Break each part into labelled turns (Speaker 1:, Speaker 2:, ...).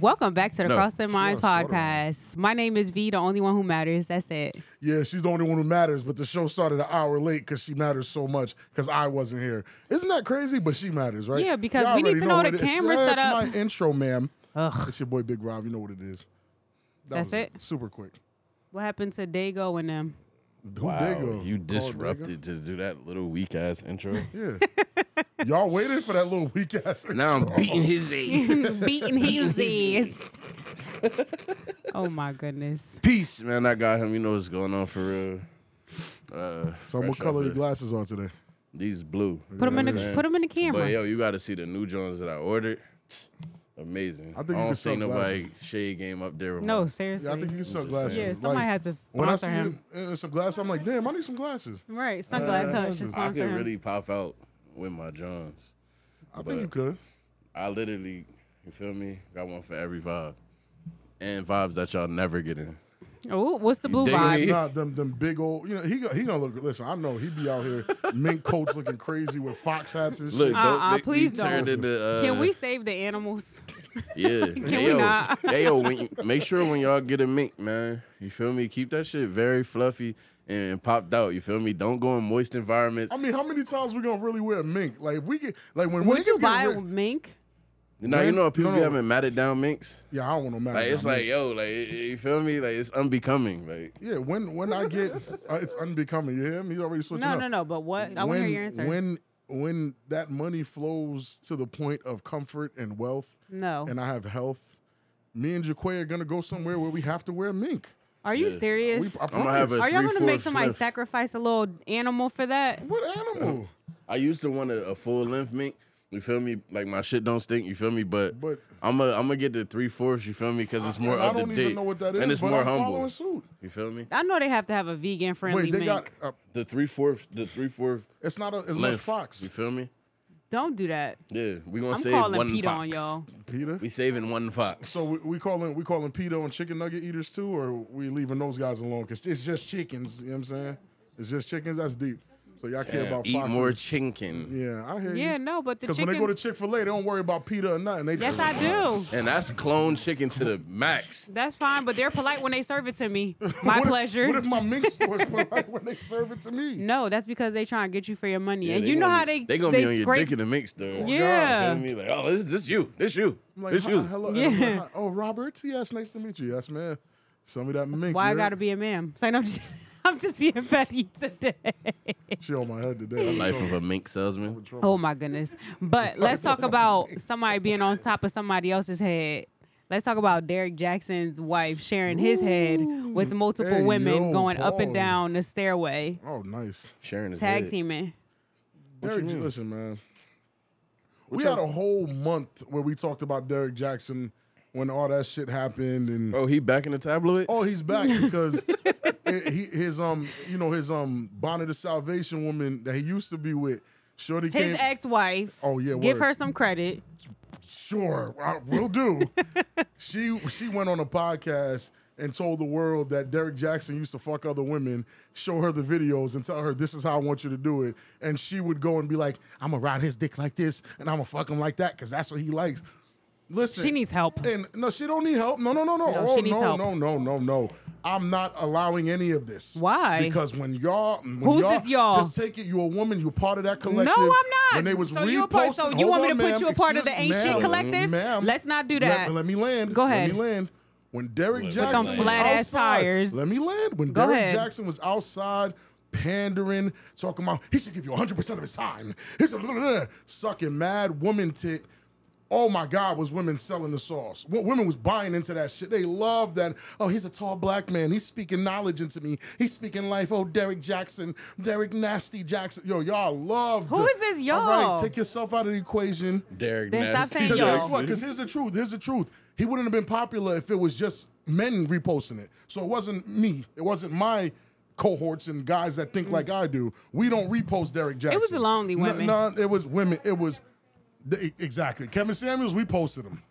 Speaker 1: Welcome back to the
Speaker 2: No,
Speaker 1: Crossing Minds
Speaker 2: sure, sure.
Speaker 1: podcast. My name is V, the only one who matters. That's it.
Speaker 2: Yeah, she's the only one who matters, but the show started an hour late because she matters so much because I wasn't here. Isn't that crazy? But she matters, right?
Speaker 1: Yeah, because we need
Speaker 2: already
Speaker 1: to know
Speaker 2: what
Speaker 1: the
Speaker 2: it is.
Speaker 1: camera
Speaker 2: That's
Speaker 1: setup.
Speaker 2: my intro, ma'am.
Speaker 1: Ugh.
Speaker 2: It's your boy Big Rob. You know what it is. That
Speaker 1: That's
Speaker 2: was Super quick.
Speaker 1: What happened to Dago and them?
Speaker 2: Who
Speaker 3: Wow,
Speaker 2: Dago?
Speaker 3: you
Speaker 2: Called Dago?
Speaker 3: disrupted to do that little weak ass intro.
Speaker 2: Yeah. Y'all waited for that little weak ass.
Speaker 3: now I'm beating his ass.
Speaker 1: Beating his ass. oh my goodness.
Speaker 3: Peace, man. I got him. You know what's going on for real. Uh,
Speaker 2: So what
Speaker 3: fresh off
Speaker 2: color your
Speaker 3: of-
Speaker 2: glasses are today?
Speaker 3: These blue.
Speaker 1: Put him in the
Speaker 3: Yeah.
Speaker 1: put him in the
Speaker 3: But
Speaker 1: camera.
Speaker 3: yo, you got to see the new Jones that I ordered. Amazing. I,
Speaker 2: think you can
Speaker 3: don't
Speaker 2: sell
Speaker 3: see nobody shade game up there. with
Speaker 1: No,
Speaker 3: my-
Speaker 1: seriously.
Speaker 2: Yeah, I think you can sell glasses.
Speaker 1: yeah,
Speaker 2: Like,
Speaker 1: somebody had to
Speaker 2: when I
Speaker 1: sponsor
Speaker 2: see
Speaker 1: him.
Speaker 2: you, uh, some glasses, I'm like, damn, I need some glasses.
Speaker 1: Right, sunglass hut should
Speaker 3: I
Speaker 1: sponsor
Speaker 3: could
Speaker 1: him.
Speaker 3: really pop out with my Johns.
Speaker 2: I think you could.
Speaker 3: I literally, you feel me? Got one for every vibe, and vibes that y'all never get in.
Speaker 1: Oh, what's the blue
Speaker 3: dig
Speaker 1: vibe?
Speaker 3: me?
Speaker 2: Nah, them them big old. You know, he go- he gonna look. Listen, I know he be out here mink coats looking crazy with fox hats and
Speaker 3: Look,
Speaker 2: shit.
Speaker 1: Uh-uh,
Speaker 3: don't make
Speaker 1: please
Speaker 3: me turn
Speaker 1: don't.
Speaker 3: into. Uh,
Speaker 1: Can we save the animals?
Speaker 3: Yeah.
Speaker 1: we
Speaker 3: hey, yo,
Speaker 1: not?
Speaker 3: hey, yo, when, make sure when y'all get a mink, man, you feel me? Keep that shit very fluffy and, and popped out. You feel me? Don't go in moist environments.
Speaker 2: I mean, how many times we gonna really wear a mink? Like if we get like when
Speaker 1: Would
Speaker 2: niggas
Speaker 1: you
Speaker 2: get
Speaker 1: buy
Speaker 2: rid-
Speaker 1: a mink?
Speaker 3: now,
Speaker 2: man,
Speaker 3: you know, people
Speaker 2: no,
Speaker 3: be
Speaker 2: no.
Speaker 3: having matted down minks.
Speaker 2: Yeah, I don't want no matter.
Speaker 3: Like, it's like, yo, like, it- it- you feel me? Like, it's unbecoming. Like,
Speaker 2: yeah, when when I get, uh, it's unbecoming. You hear him? He's already switching
Speaker 1: No,
Speaker 2: up.
Speaker 1: no, no. But what? I want
Speaker 2: when,
Speaker 1: to hear your answer.
Speaker 2: When when that money flows to the point of comfort and wealth,
Speaker 1: No.
Speaker 2: and I have health, me and Jaquay are gonna go somewhere where we have to wear mink.
Speaker 1: Are you serious?
Speaker 2: We- I
Speaker 3: I'm gonna have a
Speaker 1: Are y'all gonna
Speaker 3: three-fourth
Speaker 1: make somebody
Speaker 3: sniff.
Speaker 1: sacrifice a little animal for that?
Speaker 2: What animal?
Speaker 3: I used to want a, a full length mink. You feel me? Like my shit don't stink. You feel me? But,
Speaker 2: But-
Speaker 3: I'm gonna I'm gonna get the three fourths. You feel me? Because it's more
Speaker 2: And I
Speaker 3: up to
Speaker 2: don't even
Speaker 3: date
Speaker 2: know what that is,
Speaker 3: and it's
Speaker 2: but
Speaker 3: more
Speaker 2: I'm
Speaker 3: humble.
Speaker 2: following suit.
Speaker 3: You feel me?
Speaker 1: I know they have to have a vegan friendly
Speaker 2: Wait, they
Speaker 1: mink.
Speaker 2: got. Uh,
Speaker 3: The three fourths. The three fourth
Speaker 2: it's not a, as much
Speaker 3: length.
Speaker 2: fox.
Speaker 3: You feel me?
Speaker 1: Don't do that.
Speaker 3: Yeah, we gonna
Speaker 1: I'm
Speaker 3: save
Speaker 1: calling
Speaker 3: one
Speaker 1: Peter
Speaker 3: fox.
Speaker 1: on y'all.
Speaker 2: Peter.
Speaker 3: We saving one fox.
Speaker 2: So we, we calling we calling pedo and chicken nugget eaters too, or we leaving those guys alone? Cause it's just chickens. You know what I'm saying? It's just chickens. That's deep. So y'all care about
Speaker 3: eat
Speaker 2: foxes.
Speaker 3: more chicken.
Speaker 2: yeah, I hear
Speaker 1: Yeah,
Speaker 2: you.
Speaker 1: no, but the
Speaker 2: Because
Speaker 1: chickens.
Speaker 2: when they go to Chick Fil A, they don't worry about Peter or nothing. They
Speaker 1: yes,
Speaker 2: just,
Speaker 1: I do.
Speaker 3: And that's clone chicken to the max.
Speaker 1: That's fine, but they're polite when they serve it to me. My
Speaker 2: What if-
Speaker 1: pleasure.
Speaker 2: what if my mink was polite when they serve it to me?
Speaker 1: no, that's because they trying to get you for your money, and
Speaker 3: they
Speaker 1: you know
Speaker 3: gonna
Speaker 1: how
Speaker 3: be-
Speaker 1: they
Speaker 3: they gonna
Speaker 1: they
Speaker 3: be on your
Speaker 1: scrape.
Speaker 3: dick in the mix
Speaker 2: Oh,
Speaker 3: though.
Speaker 1: yeah.
Speaker 3: You feel me? Like, oh, this this you, this you,
Speaker 2: I'm like,
Speaker 3: this
Speaker 2: "Hi-
Speaker 3: you.
Speaker 2: hello.
Speaker 1: Yeah.
Speaker 2: And I'm like, oh, Robert. Yes, nice to meet you. Yes, man. Send me that mink.
Speaker 1: Why I
Speaker 2: you're-
Speaker 1: gotta be a man? Say no. I'm just- I'm just being petty today.
Speaker 2: She on my head today. I'm
Speaker 3: Life
Speaker 2: so-
Speaker 3: of a mink salesman.
Speaker 1: Oh my goodness. But let's talk about somebody being on top of somebody else's head. Let's talk about Derek Jackson's wife sharing his head with multiple
Speaker 2: Hey,
Speaker 1: women
Speaker 2: yo,
Speaker 1: going up and
Speaker 2: pause.
Speaker 1: down the stairway,
Speaker 2: Oh, nice.
Speaker 3: Sharon is
Speaker 1: tag
Speaker 3: dead.
Speaker 1: teaming.
Speaker 2: Derek,
Speaker 3: you mean?
Speaker 2: listen, man. we had a whole month where we talked about Derek Jackson when all that shit happened, and
Speaker 3: Oh, he back in the tabloids.
Speaker 2: oh, he's back because it, he, his um, you know, his um, Bonnet of Salvation woman that he used to be with, Shorty
Speaker 1: His
Speaker 2: came.
Speaker 1: ex-wife.
Speaker 2: Oh, yeah,
Speaker 1: Give
Speaker 2: word.
Speaker 1: her some credit.
Speaker 2: sure, I will do. she she went on a podcast and told the world that Derek Jackson used to fuck other women, show her the videos and tell her this is how I want you to do it. And she would go and be like, I'm gonna ride his dick like this and I'm gonna fuck him like that, because that's what he likes. Listen.
Speaker 1: She needs help.
Speaker 2: And no, she don't need help. No, no, no, no.
Speaker 1: No,
Speaker 2: oh
Speaker 1: she needs
Speaker 2: no,
Speaker 1: help.
Speaker 2: no, no, no, no. I'm not allowing any of this.
Speaker 1: Why?
Speaker 2: Because when y'all, when
Speaker 1: Who's
Speaker 2: y'all,
Speaker 1: this y'all?
Speaker 2: Just take it. You a woman. You part of that collective.
Speaker 1: No, I'm not.
Speaker 2: When they was
Speaker 1: So you a part-
Speaker 2: reposting-
Speaker 1: so you
Speaker 2: Hold
Speaker 1: want me
Speaker 2: on,
Speaker 1: to put
Speaker 2: ma'am.
Speaker 1: you a part of
Speaker 2: Excuse-
Speaker 1: the ain't shit
Speaker 2: ma'am,
Speaker 1: collective?
Speaker 2: Ma'am,
Speaker 1: Let's not do that.
Speaker 2: Let, let me land.
Speaker 1: Go ahead.
Speaker 2: Let me land. When Derek
Speaker 3: With them
Speaker 2: Jackson was
Speaker 1: flat-ass
Speaker 2: outside-
Speaker 1: tires.
Speaker 2: Let me land. When
Speaker 1: Go
Speaker 2: Derek
Speaker 1: ahead.
Speaker 2: Jackson was outside pandering, talking about he should give you 100 percent of his time. He's a blah, blah, blah, sucking mad woman tit. Oh my God, was women selling the sauce? Wo- Women was buying into that shit. They love that. Oh, he's a tall black man. He's speaking knowledge into me. He's speaking life. Oh, Derek Jackson, Derek Nasty Jackson. Yo, y'all love.
Speaker 1: Who is this
Speaker 2: All
Speaker 1: y'all?
Speaker 2: right, take yourself out of the equation.
Speaker 3: Derek
Speaker 1: Then stop
Speaker 3: Nasty
Speaker 1: saying
Speaker 2: Because
Speaker 1: y'all.
Speaker 3: Jackson.
Speaker 2: guess what? 'Cause here's the truth. Here's the truth. He wouldn't have been popular if it was just men reposting it. So it wasn't me. It wasn't my cohorts and guys that think like I do. We don't repost Derek Jackson.
Speaker 1: Mm. was the lonely
Speaker 2: No-
Speaker 1: women.
Speaker 2: No, it was women. It was the- e, exactly Kevin Samuels. We posted him.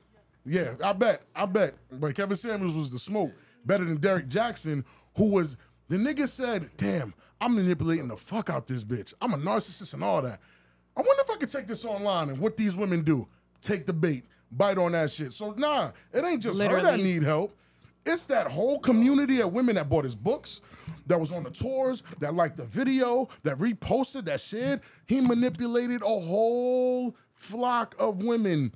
Speaker 2: Yeah, I bet. I bet. But Kevin Samuels was the smoke better than Derek Jackson, who was the nigga said, "Damn, I'm manipulating the fuck out this bitch. I'm a narcissist and all that." I wonder if I could take this online and what these women do. Take the bait. bite on that shit. So nah, it ain't just her that
Speaker 1: Literally.
Speaker 2: need help. It's that whole community of women that bought his books, that was on the tours, that liked the video, that reposted, that shared. He manipulated a whole flock of women.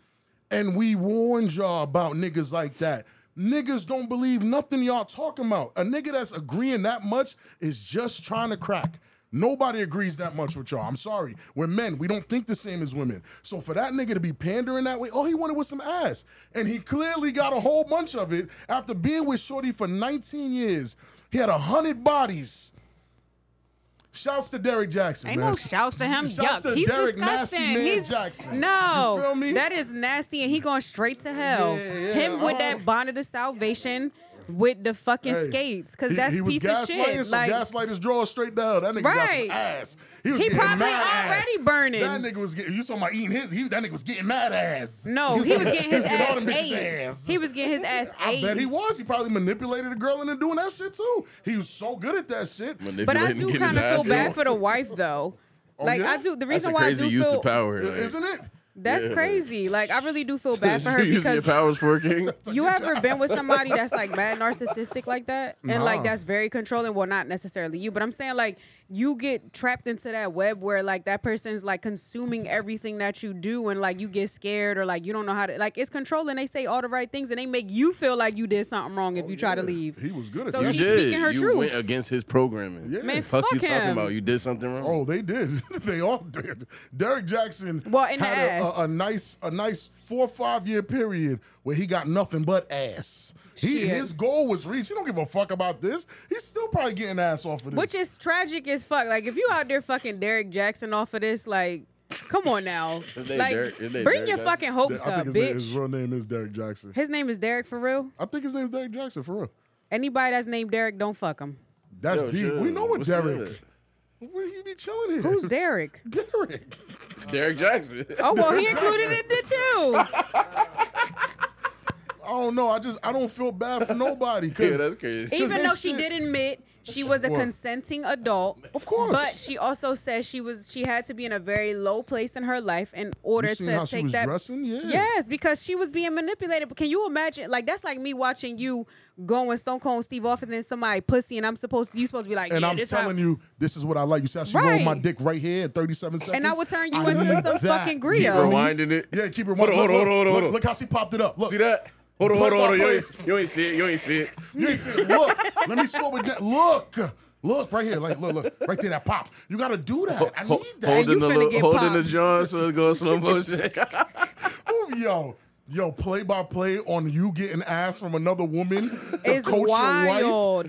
Speaker 2: And we warned y'all about niggas like that. Niggas don't believe nothing y'all talking about. A nigga that's agreeing that much is just trying to crack. Nobody agrees that much with y'all. I'm sorry. We're men. We don't think the same as women. So for that nigga to be pandering that way, all he wanted was some ass. And he clearly got a whole bunch of it after being with Shorty for 19 years. He had 100 bodies. Shouts to Derek Jackson.
Speaker 1: Ain't
Speaker 2: man.
Speaker 1: no shouts to him.
Speaker 2: Shouts
Speaker 1: Yuck.
Speaker 2: to
Speaker 1: He's
Speaker 2: Derek
Speaker 1: disgusting.
Speaker 2: Nasty Man
Speaker 1: He's
Speaker 2: Jackson.
Speaker 1: No,
Speaker 2: You feel me?
Speaker 1: that is nasty, and he going straight to hell.
Speaker 2: Yeah, yeah,
Speaker 1: him with
Speaker 2: oh.
Speaker 1: that bonnet of salvation, with the fucking
Speaker 2: Hey,
Speaker 1: skates, because
Speaker 2: he-
Speaker 1: that's
Speaker 2: he was
Speaker 1: piece of
Speaker 2: gaslighting,
Speaker 1: shit.
Speaker 2: So
Speaker 1: like,
Speaker 2: gaslight his drawers straight down. That nigga
Speaker 1: Right.
Speaker 2: got some ass. He was
Speaker 1: He
Speaker 2: getting
Speaker 1: probably
Speaker 2: mad ass.
Speaker 1: already burning.
Speaker 2: That nigga was getting. You talking about eating his? He, that nigga was getting mad ass.
Speaker 1: no, he was getting his
Speaker 2: all
Speaker 1: ass
Speaker 2: them bitches'
Speaker 1: ate.
Speaker 2: ass.
Speaker 1: He was getting his ass
Speaker 2: I bet he
Speaker 1: ate.
Speaker 2: was. He probably manipulated a girl into doing that shit too. He was so good at that shit.
Speaker 1: But I do
Speaker 3: Manipulating,
Speaker 1: kind
Speaker 3: getting his
Speaker 1: of feel
Speaker 3: ass
Speaker 1: bad
Speaker 3: beat.
Speaker 1: for the wife though. Like
Speaker 2: Oh, yeah?
Speaker 1: I do.
Speaker 3: That's
Speaker 1: The
Speaker 3: a
Speaker 1: reason why I
Speaker 3: crazy
Speaker 1: do
Speaker 3: use
Speaker 1: feel
Speaker 3: of power. like.
Speaker 2: Isn't it?
Speaker 1: that's
Speaker 3: Yeah.
Speaker 1: crazy. Like I really do feel bad for her
Speaker 3: you using your
Speaker 1: because
Speaker 3: powers for a king?
Speaker 1: You ever been with somebody that's like mad narcissistic like that? And like that's very controlling. Well, not necessarily you, but I'm saying like you get trapped into that web where like that person's like consuming everything that you do and like you get scared or like you don't know how to like it's controlling. They say all the right things and they make you feel like you did something wrong if you try to
Speaker 2: Oh, yeah.
Speaker 1: leave.
Speaker 2: He was good at
Speaker 1: so
Speaker 2: that.
Speaker 3: You
Speaker 1: Oh, she's speaking her
Speaker 3: did. You
Speaker 1: truth.
Speaker 3: went against his programming.
Speaker 2: Yeah.
Speaker 1: Man,
Speaker 3: Fuck, you
Speaker 1: fuck
Speaker 3: talking
Speaker 1: him.
Speaker 3: about? You did something wrong.
Speaker 2: Oh, they did. they all did. Derek Jackson
Speaker 1: Well, in the
Speaker 2: had a-
Speaker 1: ass.
Speaker 2: A, a nice, a nice four or five year period where he got nothing but ass. He,
Speaker 1: Shit.
Speaker 2: his goal was reached. He don't give a fuck about this. He's still probably getting ass off of this.
Speaker 1: Which is tragic as fuck. Like if you out there fucking Derek Jackson off of this, like come on now.
Speaker 3: His name
Speaker 1: Like
Speaker 3: Derek- his name
Speaker 1: bring
Speaker 3: Derek
Speaker 1: your
Speaker 3: Jackson?
Speaker 1: fucking hopes
Speaker 2: I
Speaker 1: up,
Speaker 2: think his, name, his
Speaker 1: bitch.
Speaker 2: real name is Derek Jackson.
Speaker 1: His name is Derek for real.
Speaker 2: I think his name's Derek Jackson for real.
Speaker 1: Anybody that's named Derek, don't fuck him.
Speaker 2: That's
Speaker 3: Yo,
Speaker 2: deep.
Speaker 3: chill.
Speaker 2: We know what
Speaker 3: What's
Speaker 2: Derek. Where he be chilling here?
Speaker 1: Who's Derek?
Speaker 2: Derek.
Speaker 3: that? Derek Jackson.
Speaker 1: Oh well, he included it did too.
Speaker 2: I don't know. I just I don't feel bad for nobody. 'cause-
Speaker 3: yeah, that's crazy.
Speaker 1: Even
Speaker 2: that
Speaker 1: though she
Speaker 2: shit-
Speaker 1: did admit she was a
Speaker 2: What?
Speaker 1: consenting adult,
Speaker 2: Of course.
Speaker 1: but she also says she was she had to be in a very low place in her life in order
Speaker 2: You seen
Speaker 1: to
Speaker 2: how
Speaker 1: take
Speaker 2: she was
Speaker 1: that.
Speaker 2: dressing? Yeah.
Speaker 1: Yes, because she was being manipulated. But can you imagine? Like that's like me watching you going Stone Cold Steve Austin and somebody pussy, and I'm supposed to you supposed to be like,
Speaker 2: And
Speaker 1: yeah,
Speaker 2: I'm
Speaker 1: this
Speaker 2: telling
Speaker 1: how-
Speaker 2: you, this is what I like. You see how she rolled
Speaker 1: Right.
Speaker 2: my dick right here in 37 seconds?
Speaker 1: And I would turn you into
Speaker 2: need
Speaker 1: some fucking
Speaker 2: that.
Speaker 1: Greedo.
Speaker 3: Keep rewinding it.
Speaker 2: Yeah, keep
Speaker 3: Hold on,
Speaker 2: rewinding.
Speaker 3: hold on, hold on,
Speaker 2: Look,
Speaker 3: hold
Speaker 2: look,
Speaker 3: on.
Speaker 2: look how she popped it up. Look.
Speaker 3: See that? Hold on, hold on, hold on. You ain't,
Speaker 2: Play-by-play.
Speaker 3: you ain't see it. You ain't see it.
Speaker 2: You ain't see it. Look. Let me show it. That. Look. Look right here. Like, look, look. Right there, that pop. You got to do that. I
Speaker 3: Ho-
Speaker 2: need that.
Speaker 1: hold
Speaker 3: holding
Speaker 1: you
Speaker 3: the
Speaker 1: finna
Speaker 3: little,
Speaker 1: get
Speaker 3: holding the
Speaker 1: popped.
Speaker 3: John so it goes slow motion.
Speaker 2: Ooh, Yo. Yo, play by play on you getting ass from another woman to
Speaker 1: Is
Speaker 2: coach
Speaker 1: wild.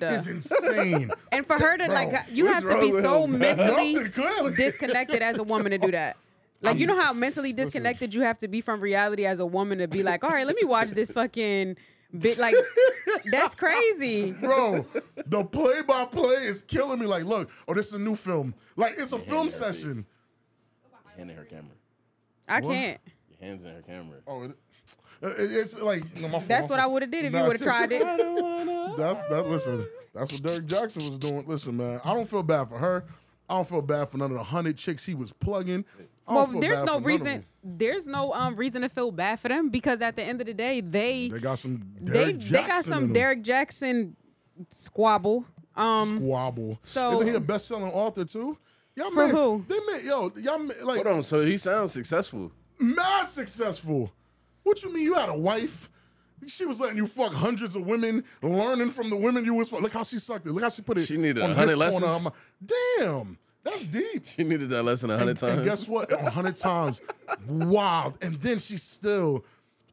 Speaker 2: your wife is insane.
Speaker 1: And for her to
Speaker 2: Bro,
Speaker 1: like, you
Speaker 3: what's
Speaker 1: have to
Speaker 3: wrong
Speaker 1: be
Speaker 3: with
Speaker 1: so
Speaker 3: him, man?
Speaker 1: mentally
Speaker 2: Nothing, clearly.
Speaker 1: disconnected as a woman to do that. Like you know how mentally
Speaker 2: listen.
Speaker 1: disconnected you have to be from reality as a woman to be like, all right, let me watch this fucking bit. Like that's crazy.
Speaker 2: Bro, the play by play is killing me. Like, look, oh, this is a new film. Like, it's a film
Speaker 3: that
Speaker 2: session.
Speaker 3: face. Hand in her camera.
Speaker 1: I can't.
Speaker 3: Your hands in her camera.
Speaker 2: Oh, it, it- it's like no, my fault,
Speaker 1: That's
Speaker 2: my
Speaker 1: what
Speaker 2: fault.
Speaker 1: I would have did if
Speaker 2: Nah,
Speaker 1: you would have tried it.
Speaker 2: That's that. Listen, that's what Derek Jackson was doing. Listen, man, I don't feel bad for her. I don't feel bad for none of the hundred chicks he was plugging. I don't
Speaker 1: Well,
Speaker 2: feel
Speaker 1: there's
Speaker 2: bad
Speaker 1: no
Speaker 2: for none of
Speaker 1: reason.
Speaker 2: them.
Speaker 1: There's no um reason to feel bad for them because at the end of the day, they
Speaker 2: They got some.
Speaker 1: they
Speaker 2: Derek
Speaker 1: they got
Speaker 2: Jackson in
Speaker 1: some
Speaker 2: them.
Speaker 1: Derek Jackson squabble. Um,
Speaker 2: squabble.
Speaker 1: so-
Speaker 2: isn't he a best-selling author too? Y'all
Speaker 1: For
Speaker 2: made-
Speaker 1: who?
Speaker 2: They made yo. Y'all made, like
Speaker 3: Hold on. So he sounds successful.
Speaker 2: mad successful. What you mean you had a wife? She was letting you fuck hundreds of women, learning from the women you was fuck. Look how she sucked it. Look how she put it.
Speaker 3: She needed
Speaker 2: on
Speaker 3: 100
Speaker 2: this corner
Speaker 3: lessons?
Speaker 2: of my- Damn, that's deep.
Speaker 3: She needed that lesson a hundred
Speaker 2: And-
Speaker 3: times.
Speaker 2: And guess what? A hundred times. Wild. And then she still,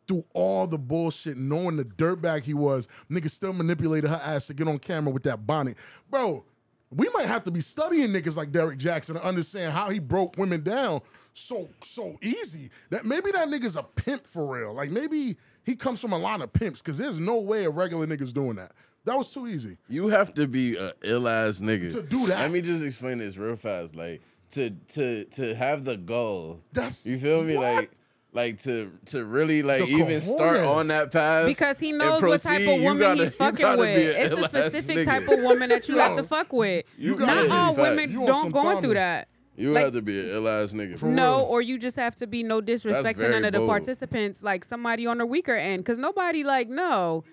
Speaker 2: through all the bullshit, knowing the dirtbag he was, niggas still manipulated her ass to get on camera with that bonnet. Bro, we might have to be studying niggas like Derek Jackson to understand how he broke women down so so easy. That maybe that nigga's a pimp for real. Like maybe he comes from a line of pimps, cause there's no way a regular nigga's doing that. That was too easy.
Speaker 3: You have to be a ill ass nigga
Speaker 2: To do that.
Speaker 3: Let me just explain this real fast. Like to to to have the goal.
Speaker 2: That's-
Speaker 3: you feel me?
Speaker 2: what?
Speaker 3: Like like to to really like
Speaker 2: The
Speaker 3: even start
Speaker 2: cojones.
Speaker 3: on that path
Speaker 1: Because he
Speaker 3: and
Speaker 1: knows what type
Speaker 3: proceed,
Speaker 1: of
Speaker 3: you
Speaker 1: woman
Speaker 3: gotta-
Speaker 1: he's
Speaker 3: you
Speaker 1: fucking
Speaker 3: gotta be
Speaker 1: with.
Speaker 3: a
Speaker 1: It's a
Speaker 3: ill-ass
Speaker 1: specific
Speaker 3: nigga.
Speaker 1: type of woman that you have to fuck with.
Speaker 3: You
Speaker 1: Not
Speaker 3: gotta
Speaker 1: all
Speaker 3: be.
Speaker 1: women
Speaker 2: You on some
Speaker 1: don't going
Speaker 2: Tommy.
Speaker 1: through that.
Speaker 3: You
Speaker 1: Like-
Speaker 3: have to be an ill ass nigga.
Speaker 1: No, or you just have to be no disrespect to
Speaker 3: very
Speaker 1: none of the
Speaker 3: bold.
Speaker 1: participants, like somebody on the weaker end, because nobody like no.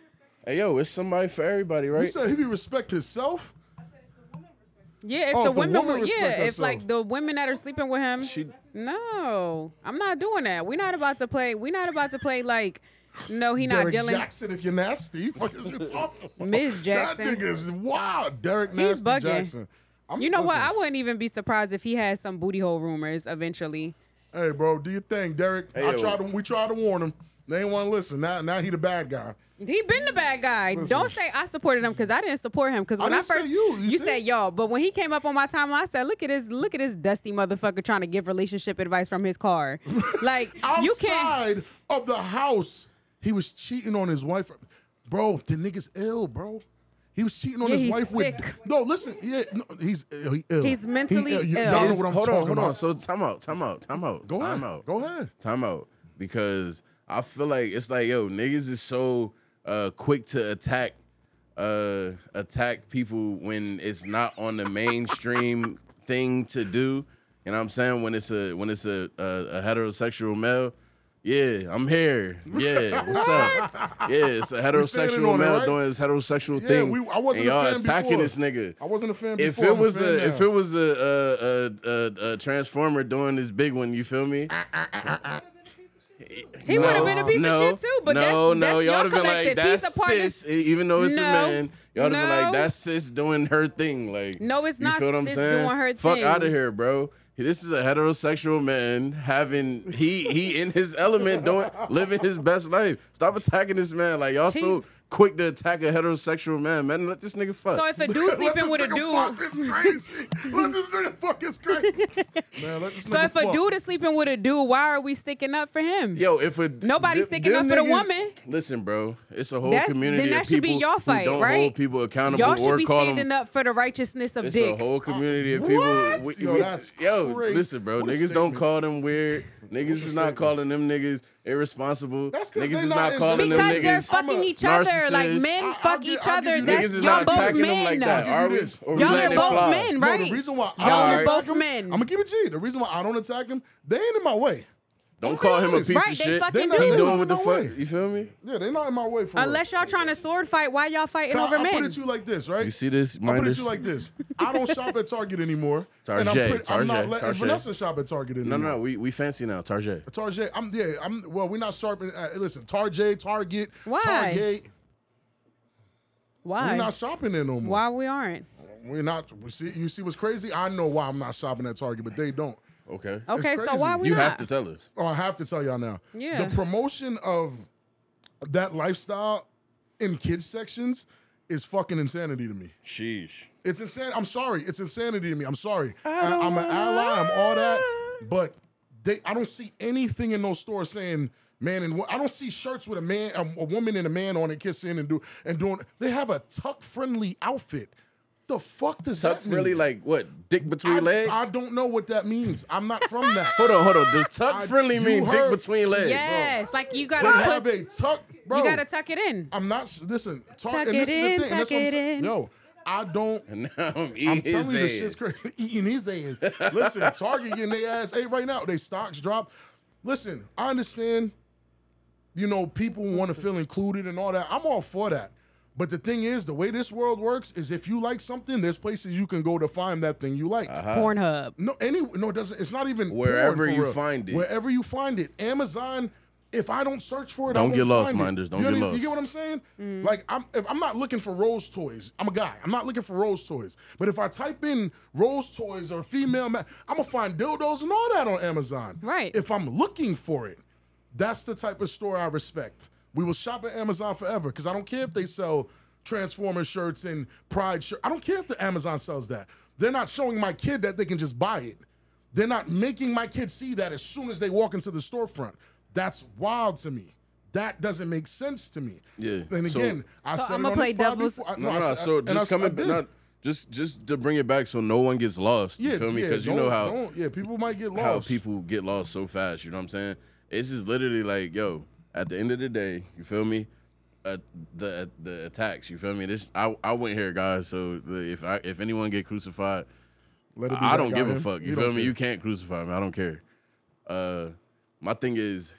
Speaker 3: Hey yo, it's somebody for everybody,
Speaker 2: You
Speaker 3: right?
Speaker 2: said he be respect himself.
Speaker 1: Yeah, if
Speaker 2: Oh,
Speaker 1: the
Speaker 2: if the
Speaker 1: women,
Speaker 2: woman
Speaker 1: were, yeah,
Speaker 2: respect
Speaker 1: if like
Speaker 2: herself.
Speaker 1: the women that are sleeping with him,
Speaker 3: She-
Speaker 1: no, I'm not doing that. We're not about to play. We're not about to play like. No, he not
Speaker 2: Derek
Speaker 1: dealing.
Speaker 2: Jackson, if you're nasty, fuck is you talking about?
Speaker 1: Miss Jackson.
Speaker 2: That nigga is wild. Derek
Speaker 1: He's
Speaker 2: Nasty
Speaker 1: bugging.
Speaker 2: Jackson. I'm,
Speaker 1: You know what? I
Speaker 2: listen,
Speaker 1: wouldn't even be surprised if he had some booty hole rumors eventually.
Speaker 2: Hey, bro, do your thing, Derek.
Speaker 3: Hey,
Speaker 2: I
Speaker 3: yo.
Speaker 2: tried to, we tried to warn him. They ain't want to listen. Now, now he the bad guy.
Speaker 1: He been the bad guy. Don't say I supported him because I didn't support him. Because
Speaker 2: I
Speaker 1: when I,
Speaker 2: didn't say
Speaker 1: first
Speaker 2: you. You said-
Speaker 1: said y'all, but when he came up on my timeline, I said, "Look at this! Look at this dusty motherfucker trying to give relationship advice from his car. Like you can't.
Speaker 2: Outside of the house, he was cheating on his wife. Bro, the nigga's ill, bro. He was cheating on
Speaker 1: Yeah,
Speaker 2: his
Speaker 1: he's
Speaker 2: wife
Speaker 1: sick.
Speaker 2: with. No, listen. Yeah, no, he's ill. He ill.
Speaker 1: He's
Speaker 2: He
Speaker 1: mentally
Speaker 2: You-
Speaker 1: ill.
Speaker 2: Y'all know
Speaker 1: He's-
Speaker 2: what I'm
Speaker 3: hold
Speaker 2: talking
Speaker 3: on, hold
Speaker 2: about.
Speaker 3: on. So time out, time out, time out.
Speaker 2: Go
Speaker 3: time
Speaker 2: ahead.
Speaker 3: out.
Speaker 2: Go ahead.
Speaker 3: Time out. Because I feel like it's like yo, niggas is so uh, quick to attack uh, attack people when it's not on the mainstream thing to do. You know what I'm saying? When it's a when it's a a, a heterosexual male. Yeah, I'm here. Yeah, what's up? Yeah, it's a
Speaker 2: standing
Speaker 3: heterosexual
Speaker 2: on it,
Speaker 3: male
Speaker 2: right?
Speaker 3: doing his heterosexual
Speaker 2: Yeah,
Speaker 3: thing.
Speaker 2: we- I wasn't
Speaker 3: and
Speaker 2: a
Speaker 3: y'all
Speaker 2: fan
Speaker 3: attacking
Speaker 2: before.
Speaker 3: this nigga.
Speaker 2: I wasn't a fan
Speaker 3: If
Speaker 2: before,
Speaker 3: it
Speaker 2: I'm a
Speaker 3: was
Speaker 2: fan
Speaker 3: a, if
Speaker 2: now.
Speaker 3: it was a, a, a, a transformer doing this big one, you feel me?
Speaker 1: He would have been a piece
Speaker 3: no,
Speaker 1: of shit too. But
Speaker 3: no,
Speaker 1: that's,
Speaker 3: no,
Speaker 1: that's
Speaker 3: y'all
Speaker 1: your
Speaker 3: would have been like
Speaker 1: collective. He's a
Speaker 3: that's
Speaker 1: part of-
Speaker 3: sis, e- even though it's a
Speaker 1: No,
Speaker 3: man. Y'all would have been
Speaker 1: no.
Speaker 3: like that's sis doing her thing. Like
Speaker 1: No, it's
Speaker 3: you
Speaker 1: not
Speaker 3: Feel what I'm
Speaker 1: sis
Speaker 3: saying?
Speaker 1: doing her
Speaker 3: Fuck
Speaker 1: thing.
Speaker 3: out of here, bro. This is a heterosexual man having he he in his element doing living his best life. Stop attacking this man. Like y'all so
Speaker 1: He-
Speaker 3: quick to attack a heterosexual man, man. Let this nigga fuck.
Speaker 1: So if a dude
Speaker 2: Let
Speaker 1: sleeping
Speaker 2: this
Speaker 1: with a
Speaker 2: nigga
Speaker 1: dude,
Speaker 2: Fuck, it's crazy. let this nigga fuck. It's crazy. Man, let this
Speaker 1: so
Speaker 2: nigga
Speaker 1: if
Speaker 2: fuck.
Speaker 1: a dude is sleeping with a dude, why are we sticking up for him?
Speaker 3: Yo, if a
Speaker 1: Nobody's
Speaker 3: them-
Speaker 1: sticking
Speaker 3: them
Speaker 1: up for
Speaker 3: niggas-
Speaker 1: the woman.
Speaker 3: Listen, bro, it's a whole
Speaker 1: That's-
Speaker 3: community
Speaker 1: then that
Speaker 3: of
Speaker 1: should be
Speaker 3: people
Speaker 1: y'all fight,
Speaker 3: who don't
Speaker 1: right?
Speaker 3: hold people accountable
Speaker 1: Y'all should
Speaker 3: or
Speaker 1: be
Speaker 3: call
Speaker 1: standing
Speaker 3: them.
Speaker 1: up for the righteousness of
Speaker 3: It's
Speaker 1: dick.
Speaker 3: a whole community of
Speaker 2: Uh,
Speaker 3: people.
Speaker 2: what?
Speaker 3: We-
Speaker 2: Yo,
Speaker 3: we-
Speaker 2: that's
Speaker 3: yo,
Speaker 2: crazy.
Speaker 3: listen, bro.
Speaker 2: What a
Speaker 3: niggas don't
Speaker 2: statement.
Speaker 3: call them weird. Niggas is not calling them niggas irresponsible.
Speaker 2: That's 'cause
Speaker 3: niggas
Speaker 2: they
Speaker 3: is
Speaker 2: not
Speaker 3: not
Speaker 2: in-
Speaker 3: calling them
Speaker 1: because they're
Speaker 3: niggas.
Speaker 1: fucking
Speaker 2: I'm a
Speaker 1: each other. Like
Speaker 3: narcissist.
Speaker 1: men
Speaker 2: I- I'll
Speaker 1: fuck
Speaker 2: gi-
Speaker 1: each
Speaker 2: I'll
Speaker 1: other.
Speaker 2: give you
Speaker 1: That's
Speaker 2: this.
Speaker 3: niggas is
Speaker 1: y'all
Speaker 3: not
Speaker 1: both
Speaker 3: attacking them
Speaker 1: men.
Speaker 3: like that.
Speaker 2: I'll
Speaker 3: Are
Speaker 2: give
Speaker 3: we?
Speaker 2: you this.
Speaker 3: Or we
Speaker 1: Y'all are
Speaker 3: letting it
Speaker 1: both
Speaker 3: fly?
Speaker 1: men, right?
Speaker 2: No, the reason why
Speaker 1: Y'all
Speaker 2: I
Speaker 3: are
Speaker 2: don't
Speaker 1: both
Speaker 2: attack him,
Speaker 1: men.
Speaker 2: I'm gonna keep it G. The reason why I don't attack him, they ain't in my way.
Speaker 3: Don't
Speaker 2: Don't
Speaker 3: call
Speaker 2: be
Speaker 3: him a
Speaker 2: honest.
Speaker 3: piece
Speaker 1: Right,
Speaker 3: of
Speaker 1: they
Speaker 3: shit.
Speaker 1: fucking
Speaker 3: he
Speaker 1: do.
Speaker 3: doing what the
Speaker 2: No
Speaker 3: fuck?
Speaker 2: way.
Speaker 3: You feel me?
Speaker 2: Yeah, they not in my way for real.
Speaker 1: Unless y'all trying to sword fight, why y'all fighting
Speaker 2: Now,
Speaker 1: over
Speaker 2: I put
Speaker 1: men?
Speaker 2: it to you like this, right?
Speaker 3: You see this?
Speaker 2: I put it
Speaker 3: Minders?
Speaker 2: to you like this. I don't shop at Target anymore. and I'm,
Speaker 3: Target,
Speaker 2: pretty, I'm not
Speaker 3: Target,
Speaker 2: letting
Speaker 3: Target.
Speaker 2: Vanessa shop at Target
Speaker 3: No,
Speaker 2: anymore.
Speaker 3: no, no. We we fancy now, Tarjay.
Speaker 2: Target. I'm yeah. I'm well. We're not sharp. Uh, listen, Target, Target,
Speaker 1: Why?
Speaker 2: Target. We're
Speaker 1: Why?
Speaker 2: not shopping there no more.
Speaker 1: Why we aren't?
Speaker 2: We're not. We see, you see what's crazy? I know why I'm not shopping at Target, but they don't.
Speaker 3: Okay.
Speaker 1: Okay, so
Speaker 2: crazy.
Speaker 1: why we
Speaker 3: You
Speaker 1: Oh, not?
Speaker 3: have to tell us.
Speaker 2: Oh, I have to tell y'all now.
Speaker 1: Yeah.
Speaker 2: The promotion of that lifestyle in kids sections is fucking insanity to me.
Speaker 3: Sheesh.
Speaker 2: It's insane. I'm sorry. It's insanity to me. I'm sorry. I am an ally. I'm all that. But they, I don't see anything in those stores saying man and wo- I don't see shirts with a man, a, a woman and a man on it kissing and do and doing. They have a tuck friendly outfit. The fuck does
Speaker 3: Tuck
Speaker 2: that mean?
Speaker 3: really like what? Dick between
Speaker 2: I,
Speaker 3: legs?
Speaker 2: I don't know what that means. I'm not from that.
Speaker 3: hold on, hold on. Does tuck
Speaker 2: I-
Speaker 3: friendly
Speaker 2: you
Speaker 3: mean dick
Speaker 2: heard-
Speaker 3: between legs?
Speaker 1: Yes, like you
Speaker 2: They
Speaker 1: gotta
Speaker 2: have
Speaker 1: put,
Speaker 2: a tuck, bro.
Speaker 1: you gotta tuck it in.
Speaker 2: I'm not. s- Listen, talk,
Speaker 1: Tuck
Speaker 2: and this
Speaker 1: it
Speaker 2: is the
Speaker 1: in,
Speaker 2: thing. and that's
Speaker 1: tuck
Speaker 2: what I'm
Speaker 1: it
Speaker 2: saying.
Speaker 1: in.
Speaker 2: Yo, I don't.
Speaker 3: And now I'm eating
Speaker 2: I'm telling
Speaker 3: his
Speaker 2: you, this
Speaker 3: ass.
Speaker 2: shit's crazy. Eating his ass. Listen, Target getting their ass ate right now. They stocks drop. Listen, I understand. You know, people want to feel included and all that. I'm all for that. But the thing is, the way this world works is if you like something, there's places you can go to find that thing you like.
Speaker 1: Pornhub.
Speaker 2: No, any no, it doesn't. It's not even porn,
Speaker 3: Wherever
Speaker 2: for
Speaker 3: you
Speaker 2: real.
Speaker 3: find it.
Speaker 2: Wherever you find it, Amazon. If I don't search for it, I
Speaker 3: Don't
Speaker 2: won't
Speaker 3: get lost,
Speaker 2: find it.
Speaker 3: Minders. Don't
Speaker 2: you know
Speaker 3: get
Speaker 2: what I mean? You
Speaker 3: lost.
Speaker 2: get what I'm saying? Like I'm, if I'm not looking for Rose toys. I'm a guy. I'm not looking for Rose toys. But if I type in Rose toys or female, ma- I'm gonna find dildos and all that on Amazon.
Speaker 1: Right.
Speaker 2: If I'm looking for it, that's the type of store I respect. We will shop at Amazon forever because I don't care if they sell Transformer shirts and Pride shirts. I don't care if the Amazon sells that. They're not showing my kid that they can just buy it. They're not making my kid see that as soon as they walk into the storefront. That's wild to me. That doesn't make sense to me.
Speaker 3: Yeah,
Speaker 2: And
Speaker 3: so-
Speaker 2: again, I
Speaker 1: So
Speaker 2: said
Speaker 1: I'ma
Speaker 2: it on
Speaker 1: play
Speaker 2: this pod
Speaker 1: devil's-
Speaker 2: before. I-
Speaker 3: No,
Speaker 2: I
Speaker 3: no, no.
Speaker 2: said-
Speaker 3: So
Speaker 2: and I
Speaker 3: just
Speaker 2: said- I
Speaker 3: coming,
Speaker 2: did.
Speaker 3: not, just just to bring it back, so no one gets lost. You feel me? Because you know
Speaker 2: don't-
Speaker 3: how
Speaker 2: don't- yeah, people might get lost.
Speaker 3: how people get lost so fast. You know what I'm saying? It's just literally like, yo. At the end of the day, you feel me? Uh, the the attacks, you feel me? This I I went here, guys. So the, if I if anyone get crucified,
Speaker 2: Let it be
Speaker 3: I
Speaker 2: that
Speaker 3: don't
Speaker 2: guy,
Speaker 3: give a
Speaker 2: him.
Speaker 3: fuck. You,
Speaker 2: He
Speaker 3: feel
Speaker 2: don't
Speaker 3: me?
Speaker 2: care.
Speaker 3: You can't crucify me. I don't care. Uh, my thing is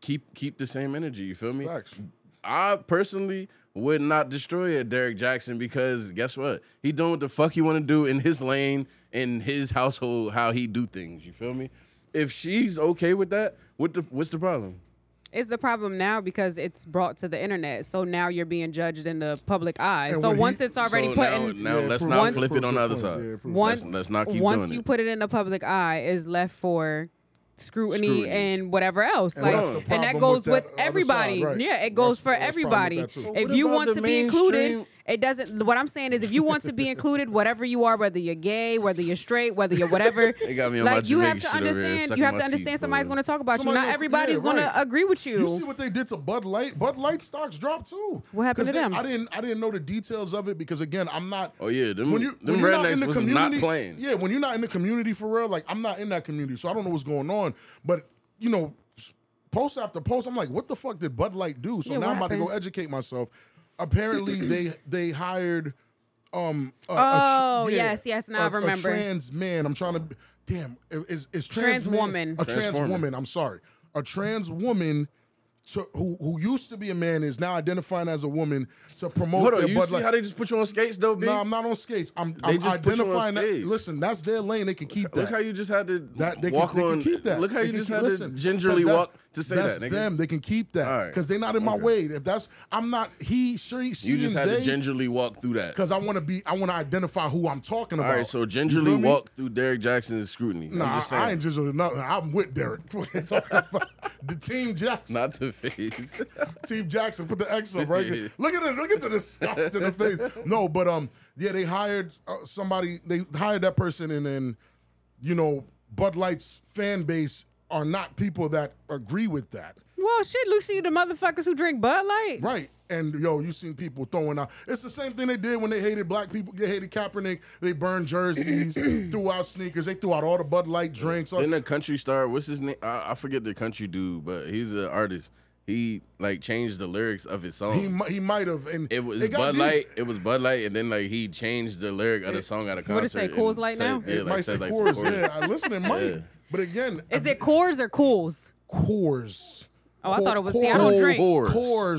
Speaker 3: keep keep the same energy. You feel me?
Speaker 2: Facts.
Speaker 3: I personally would not destroy a Derek Jackson because guess what? He doing what the fuck he want to do in his lane, in his household, how he do things. You feel me? If she's okay with that, what the what's the problem?
Speaker 1: It's the problem now because it's brought to the internet. So now you're being judged in the public eye.
Speaker 2: And
Speaker 1: so
Speaker 2: when he-
Speaker 1: once it's already
Speaker 3: so
Speaker 1: put
Speaker 3: now,
Speaker 1: in,
Speaker 3: now
Speaker 2: Yeah,
Speaker 3: let's
Speaker 2: proof-
Speaker 3: not
Speaker 1: once-
Speaker 3: flip it on the other
Speaker 2: proof-
Speaker 3: side.
Speaker 2: yeah, proof.
Speaker 1: once
Speaker 3: let's not keep
Speaker 1: once
Speaker 3: doing
Speaker 1: you
Speaker 3: it.
Speaker 1: put it in the public eye is left for scrutiny,
Speaker 3: Scrutiny.
Speaker 1: and whatever else
Speaker 2: And
Speaker 1: like
Speaker 3: that's the
Speaker 1: and
Speaker 2: problem
Speaker 1: that
Speaker 2: with
Speaker 1: goes
Speaker 2: that
Speaker 1: with,
Speaker 2: other side,
Speaker 1: everybody
Speaker 2: right.
Speaker 1: yeah it
Speaker 2: That's-
Speaker 1: goes for
Speaker 2: that's the problem with
Speaker 1: everybody
Speaker 2: that too. So
Speaker 1: if
Speaker 3: what
Speaker 1: you
Speaker 3: about
Speaker 1: want
Speaker 3: the
Speaker 1: to be included
Speaker 3: mainstream-
Speaker 1: it doesn't what i'm saying is if you want to be included whatever you are whether you're gay whether you're straight whether you're whatever
Speaker 3: They got me on my
Speaker 1: like you have
Speaker 3: Jamaican
Speaker 1: to
Speaker 3: shit over here,
Speaker 1: understand
Speaker 3: sucking
Speaker 1: you have
Speaker 3: my
Speaker 1: to
Speaker 3: teeth,
Speaker 1: understand
Speaker 3: bro.
Speaker 1: somebody's going to talk about you
Speaker 2: Somebody
Speaker 1: not
Speaker 2: gonna-
Speaker 1: everybody's
Speaker 2: yeah,
Speaker 1: going
Speaker 2: right.
Speaker 1: to agree with
Speaker 2: You see what they did to Bud Light? Bud Light stocks dropped too.
Speaker 1: What happened to
Speaker 2: 'Cause they-
Speaker 1: them?
Speaker 2: I didn't. I didn't know the details of it because again, I'm not.
Speaker 3: Oh, yeah, them- them
Speaker 2: you're not
Speaker 3: rednecks
Speaker 2: in the
Speaker 3: was not
Speaker 2: community-
Speaker 3: playing.
Speaker 2: Yeah, when you're not in the community for real, like I'm not in that community, so I don't know what's going on. But you know, s- post after post, I'm like, what the fuck did Bud Light do? So
Speaker 1: Yeah,
Speaker 2: now
Speaker 1: what
Speaker 2: I'm about to go
Speaker 1: happened?
Speaker 2: educate myself. Apparently, they they hired. Um. a- a tr-
Speaker 1: Oh, yes, yes, now I
Speaker 2: a-
Speaker 1: remember.
Speaker 2: A trans man. I'm trying to. Damn, is is trans,
Speaker 1: Trans
Speaker 2: man-
Speaker 1: woman.
Speaker 2: A trans
Speaker 3: Transformer.
Speaker 2: woman. I'm sorry. A trans woman to, who who used to be a man is now identifying as a woman to promote
Speaker 3: Hold
Speaker 2: their
Speaker 3: on, you
Speaker 2: Bud
Speaker 3: see
Speaker 2: Light.
Speaker 3: how they just put you on skates though, B?
Speaker 2: no, I'm not on skates. I'm, I'm
Speaker 3: just put you on
Speaker 2: identifying that.
Speaker 3: stage.
Speaker 2: Listen, that's their lane. They can keep that.
Speaker 3: Look how you just had to
Speaker 2: that they
Speaker 3: walk
Speaker 2: can, they
Speaker 3: on.
Speaker 2: can keep that.
Speaker 3: Look how
Speaker 2: They
Speaker 3: you
Speaker 2: can
Speaker 3: just
Speaker 2: keep-
Speaker 3: had
Speaker 2: listen,
Speaker 3: to gingerly
Speaker 2: 'cause that-
Speaker 3: walk to say
Speaker 2: that's
Speaker 3: that. Nigga.
Speaker 2: them. They can keep
Speaker 3: All
Speaker 2: that
Speaker 3: right.
Speaker 2: because they're not in my
Speaker 3: Okay.
Speaker 2: way. If that's I'm not he, she, she
Speaker 3: You just
Speaker 2: and
Speaker 3: had to
Speaker 2: they,
Speaker 3: gingerly walk through that.
Speaker 2: because I want to be. I want to identify who I'm talking about.
Speaker 3: All right, so
Speaker 2: uh, You
Speaker 3: gingerly
Speaker 2: feel me?
Speaker 3: walk through Derek Jackson's scrutiny. I'm
Speaker 2: Nah,
Speaker 3: just
Speaker 2: I,
Speaker 3: saying.
Speaker 2: I ain't gingerly nothing. I'm with Derek. What you talking about? the team Jackson.
Speaker 3: Not the face.
Speaker 2: Team Jackson put the X up right. there. Look at it. Look at the disgust in the face. No, but um, yeah, they hired uh, somebody. They hired that person, and then you know, Bud Light's fan base are not people that agree with that,
Speaker 1: well shit lucy the motherfuckers who drink bud light
Speaker 2: right? And yo, you seen people throwing out. It's the same thing they did when they hated black people. They hated Kaepernick. They burned jerseys, threw out sneakers. They threw out all the Bud Light drinks. all-
Speaker 3: then the country star, what's his name? I, I forget the country dude, but he's an artist. He like changed the lyrics of his song.
Speaker 2: he mi- he might have. And
Speaker 3: it was
Speaker 2: they gotta
Speaker 3: Bud
Speaker 2: do-
Speaker 3: Light. It was Bud Light, and then like he changed the lyric of the song at a concert.
Speaker 1: What it say,
Speaker 3: and
Speaker 1: Coors Light
Speaker 3: said-
Speaker 1: now?
Speaker 3: Yeah,
Speaker 2: It
Speaker 3: like
Speaker 2: might say
Speaker 3: said like
Speaker 2: Coors.
Speaker 3: Coors.
Speaker 2: Yeah, I listen. It might.
Speaker 3: Yeah.
Speaker 2: But again,
Speaker 1: Is it Coors or Cools?
Speaker 2: Coors.
Speaker 1: Oh, I
Speaker 2: Co-
Speaker 1: thought it was- see, I don't
Speaker 2: Coors.
Speaker 1: drink.
Speaker 3: Coors.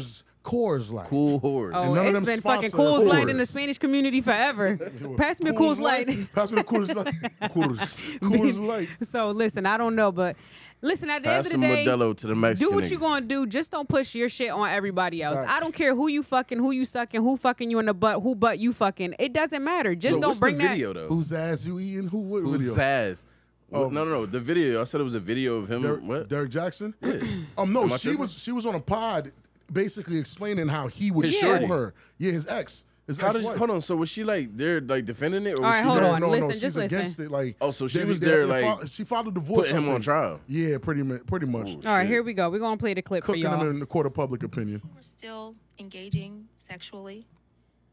Speaker 2: Coors. Coors Light.
Speaker 3: Cool horse.
Speaker 1: Oh,
Speaker 2: none of
Speaker 1: it's
Speaker 2: them
Speaker 1: been fucking
Speaker 2: sponsors.
Speaker 1: Coors Light in the
Speaker 2: Coors.
Speaker 1: Spanish community forever. Pass me a Coors Light.
Speaker 2: Pass me the Coors Light. Coors. Coors Light.
Speaker 1: so listen, I don't know, but listen, at the
Speaker 3: Pass
Speaker 1: end
Speaker 3: some
Speaker 1: of the day,
Speaker 3: Modelo to the Mexican.
Speaker 1: do what you
Speaker 3: niggas.
Speaker 1: gonna do. Just don't push your shit on everybody else.
Speaker 2: Facts.
Speaker 1: I don't care who you fucking, who you sucking, who fucking you in the butt, who butt you fucking. It doesn't matter. Just
Speaker 3: So
Speaker 1: don't
Speaker 3: what's
Speaker 1: bring
Speaker 3: the video
Speaker 1: that.
Speaker 3: though?
Speaker 2: Whose ass you eating? Who? What
Speaker 3: Who's
Speaker 2: video?
Speaker 3: Saz? Oh. No, no, no. The video. I said it was a video of him.
Speaker 2: Der-
Speaker 3: what?
Speaker 2: Derek Jackson. um, no,
Speaker 3: Am I
Speaker 2: she
Speaker 3: tripping?
Speaker 2: was she was on a pod, basically explaining how he would
Speaker 3: His
Speaker 2: show
Speaker 3: shorty.
Speaker 2: her. Yeah, his ex. His
Speaker 3: How
Speaker 2: ex.
Speaker 3: did she, hold on. So was she like they're like defending it, or was
Speaker 1: All right,
Speaker 3: she
Speaker 1: hold
Speaker 3: like,
Speaker 2: no,
Speaker 1: on.
Speaker 2: no,
Speaker 1: Listen,
Speaker 2: no, she's
Speaker 1: just listen.
Speaker 2: against it. Like,
Speaker 3: Oh, so she
Speaker 2: they-
Speaker 3: was
Speaker 2: they-
Speaker 3: there,
Speaker 2: they
Speaker 3: like,
Speaker 2: fi- she filed a divorce.
Speaker 3: put him
Speaker 2: I
Speaker 3: on
Speaker 2: think.
Speaker 3: trial?
Speaker 2: Yeah, pretty mu- pretty much.
Speaker 1: All right, here we go. We're gonna play the clip
Speaker 2: Cooking
Speaker 1: for y'all.
Speaker 2: him in the court of public opinion.
Speaker 4: were still engaging sexually,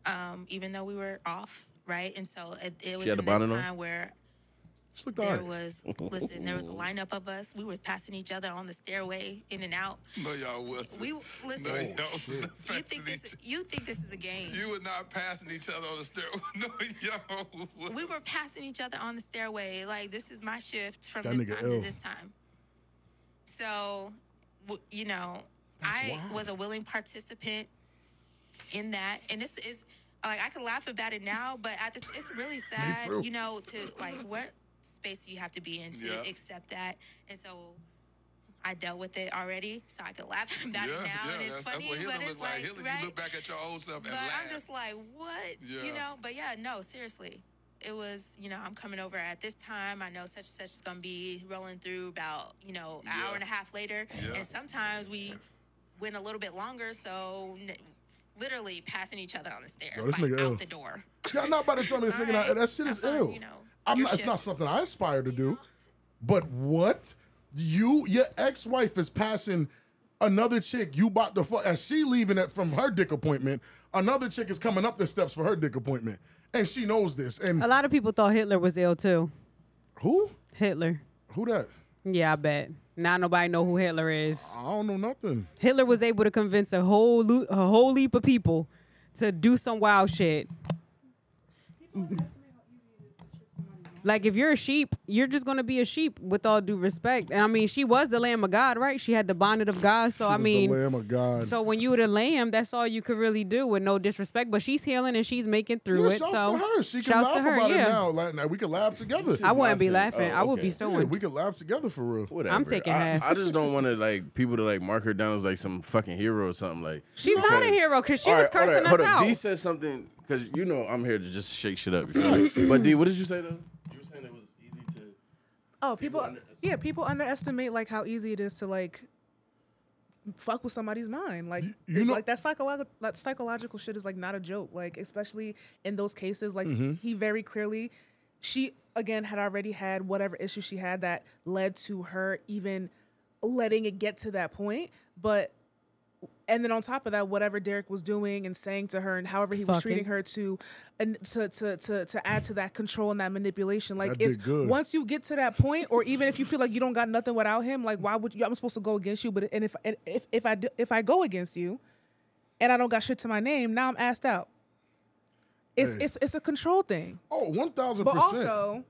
Speaker 4: um, even though we were off, right? And so it, it was
Speaker 3: had
Speaker 4: in
Speaker 3: the
Speaker 4: this
Speaker 3: bonnet
Speaker 4: time
Speaker 3: on?
Speaker 4: where
Speaker 2: She looked
Speaker 4: there
Speaker 2: alright.
Speaker 4: was, listen, there was a lineup of us. We were passing each other on the stairway, in and out.
Speaker 5: No, y'all wasn't.
Speaker 4: We
Speaker 3: Oh,
Speaker 5: no,
Speaker 4: listen.
Speaker 5: y'all wasn't
Speaker 4: you
Speaker 5: passing
Speaker 4: think this?
Speaker 5: each
Speaker 4: You think this is a game?
Speaker 5: You were not passing each other on the stairway. No, y'all was.
Speaker 4: we were passing each other on the stairway. Like this is my shift from
Speaker 2: That
Speaker 4: this
Speaker 2: nigga
Speaker 4: time
Speaker 2: ill.
Speaker 4: to this time. So, w- you know, I
Speaker 2: wild.
Speaker 4: was a willing participant in that, and this is like I can laugh about it now, but I just it's really sad,
Speaker 2: too.
Speaker 4: you know, to like what space do you have to be in to
Speaker 5: Yeah.
Speaker 4: accept that, and so. I dealt with it already, so I can laugh about
Speaker 5: yeah,
Speaker 4: it now,
Speaker 5: yeah,
Speaker 4: and it's
Speaker 5: that's, that's
Speaker 4: funny,
Speaker 5: what
Speaker 4: but
Speaker 5: Hillary
Speaker 4: it's
Speaker 5: looked like.
Speaker 4: like,
Speaker 5: Hillary,
Speaker 4: right?
Speaker 5: you look back at your old self
Speaker 4: But
Speaker 5: and laugh.
Speaker 4: I'm just like, what?
Speaker 5: Yeah.
Speaker 4: You know, but yeah, no, seriously. It was, you know, I'm coming over at this time. I know such and such is gonna be rolling through about, you know, an
Speaker 5: Yeah.
Speaker 4: hour and a half later.
Speaker 5: Yeah.
Speaker 4: And sometimes we went a little bit longer, so n- literally passing each other on the stairs,
Speaker 2: Yo, this
Speaker 4: like
Speaker 2: nigga
Speaker 4: out
Speaker 2: ill.
Speaker 4: the door.
Speaker 2: Y'all not about to tell me this nigga not,
Speaker 4: Alright.
Speaker 2: that shit is
Speaker 4: Have fun,
Speaker 2: ill.
Speaker 4: you know,
Speaker 2: I'm
Speaker 4: your
Speaker 2: not, it's
Speaker 4: shit.
Speaker 2: not something I aspire to do. But what? You your ex-wife is passing another chick you bought the fuck as she leaving it from her dick appointment, another chick is coming up the steps for her dick appointment. And she knows this. And
Speaker 1: A lot of people thought Hitler was ill too.
Speaker 2: who?
Speaker 1: Hitler.
Speaker 2: Who that?
Speaker 1: Yeah, I bet. Now nobody know who Hitler is.
Speaker 2: I don't know nothing.
Speaker 1: Hitler was able to convince a whole lo- a whole heap of people to do some wild shit. Like if you're a sheep, you're just gonna be a sheep with all due respect. And I mean, she was the lamb of God, right? She had the bonnet of God. So I
Speaker 2: was
Speaker 1: mean,
Speaker 2: the Lamb of God.
Speaker 1: so when you were the lamb, that's all you could really do with no disrespect. But she's healing and she's making
Speaker 2: yeah,
Speaker 1: through it.
Speaker 2: shouts
Speaker 1: so
Speaker 2: to her. She can
Speaker 1: shouts
Speaker 2: laugh
Speaker 1: to her.
Speaker 2: about
Speaker 1: yeah,
Speaker 2: it now. Like, now. We can laugh together.
Speaker 1: I wouldn't be
Speaker 3: Laughing.
Speaker 1: laughing.
Speaker 3: Oh,
Speaker 1: I would
Speaker 3: okay.
Speaker 1: be
Speaker 2: yeah,
Speaker 1: stoned.
Speaker 2: we can laugh together for real.
Speaker 3: Whatever.
Speaker 1: taking
Speaker 3: I,
Speaker 1: half.
Speaker 3: I just don't want to like people to like mark her down as like some fucking hero or something. Like
Speaker 1: She's not a hero because she
Speaker 3: All
Speaker 1: was
Speaker 3: right, all right,
Speaker 1: cursing
Speaker 3: hold
Speaker 1: us
Speaker 3: up.
Speaker 1: out.
Speaker 3: D said something because you know I'm here to just shake shit up. you know? but D, what did you say though? You were saying it was easy to.
Speaker 6: Oh, people,
Speaker 3: under-
Speaker 6: yeah, people underestimate like how easy it is to like fuck with somebody's mind. Like,
Speaker 2: you know-
Speaker 6: like that psychological that psychological shit is like not a joke. Like, especially in those cases, like
Speaker 2: Mm-hmm.
Speaker 6: he very clearly, she again had already had whatever issue she had that led to her even letting it get to that point, but. And then on top of that, whatever Derek was doing and saying to her, and however he was
Speaker 1: Fucking.
Speaker 6: treating her to, and to to to to add to that control and that manipulation, like
Speaker 2: That
Speaker 6: it's
Speaker 2: did good.
Speaker 6: one once you get to that point, or even if you feel like you don't got nothing without him, like why would you? I'm supposed to go against you, but and if and if if I do, if I go against you, and I don't got shit to my name, now I'm asked out. It's
Speaker 2: Hey.
Speaker 6: it's it's a control thing,
Speaker 2: Oh, one thousand
Speaker 6: but
Speaker 2: percent.
Speaker 6: also,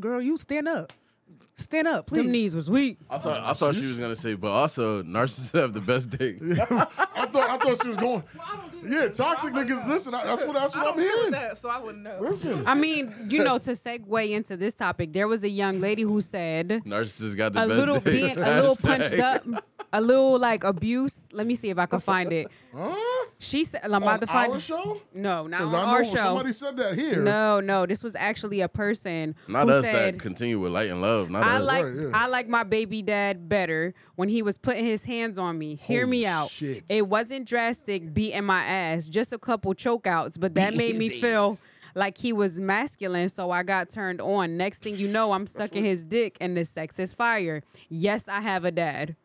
Speaker 6: girl, you stand up, stand up, please.
Speaker 1: Them knees was weak.
Speaker 3: I thought
Speaker 2: Oh,
Speaker 3: I thought she was gonna say, but also narcissists have the best dick.
Speaker 2: I thought I thought she was going. Yeah, toxic niggas. Listen, uh, I, that's what that's what I'm hearing.
Speaker 6: that, so I wouldn't know.
Speaker 2: Listen,
Speaker 1: I mean, you know, to segue into this topic, there was a young lady who said
Speaker 3: Narcissists got the
Speaker 1: a
Speaker 3: best
Speaker 1: little
Speaker 3: dick.
Speaker 1: being a little
Speaker 3: Hashtag.
Speaker 1: punched up, a little like abuse. Let me see if I can find it.
Speaker 2: huh?
Speaker 1: She said, "I'm
Speaker 2: On
Speaker 1: about to find
Speaker 2: our show?
Speaker 1: No, not
Speaker 2: 'Cause
Speaker 1: on
Speaker 2: I know
Speaker 1: our show.
Speaker 2: somebody said that here.
Speaker 1: No, no, this was actually a person
Speaker 3: Not
Speaker 1: who
Speaker 3: us
Speaker 1: said,
Speaker 3: that continue with light and love. Not
Speaker 1: I
Speaker 3: us.
Speaker 1: like
Speaker 2: Right, yeah.
Speaker 1: I like my baby dad better when he was putting his hands on me. Hear
Speaker 2: Holy
Speaker 1: me out.
Speaker 2: shit.
Speaker 1: It wasn't drastic beating my ass, just a couple chokeouts, but that made me feel like he was masculine, so I got turned on. Next thing you know, I'm sucking his dick and the sex is fire. Yes, I have a dad.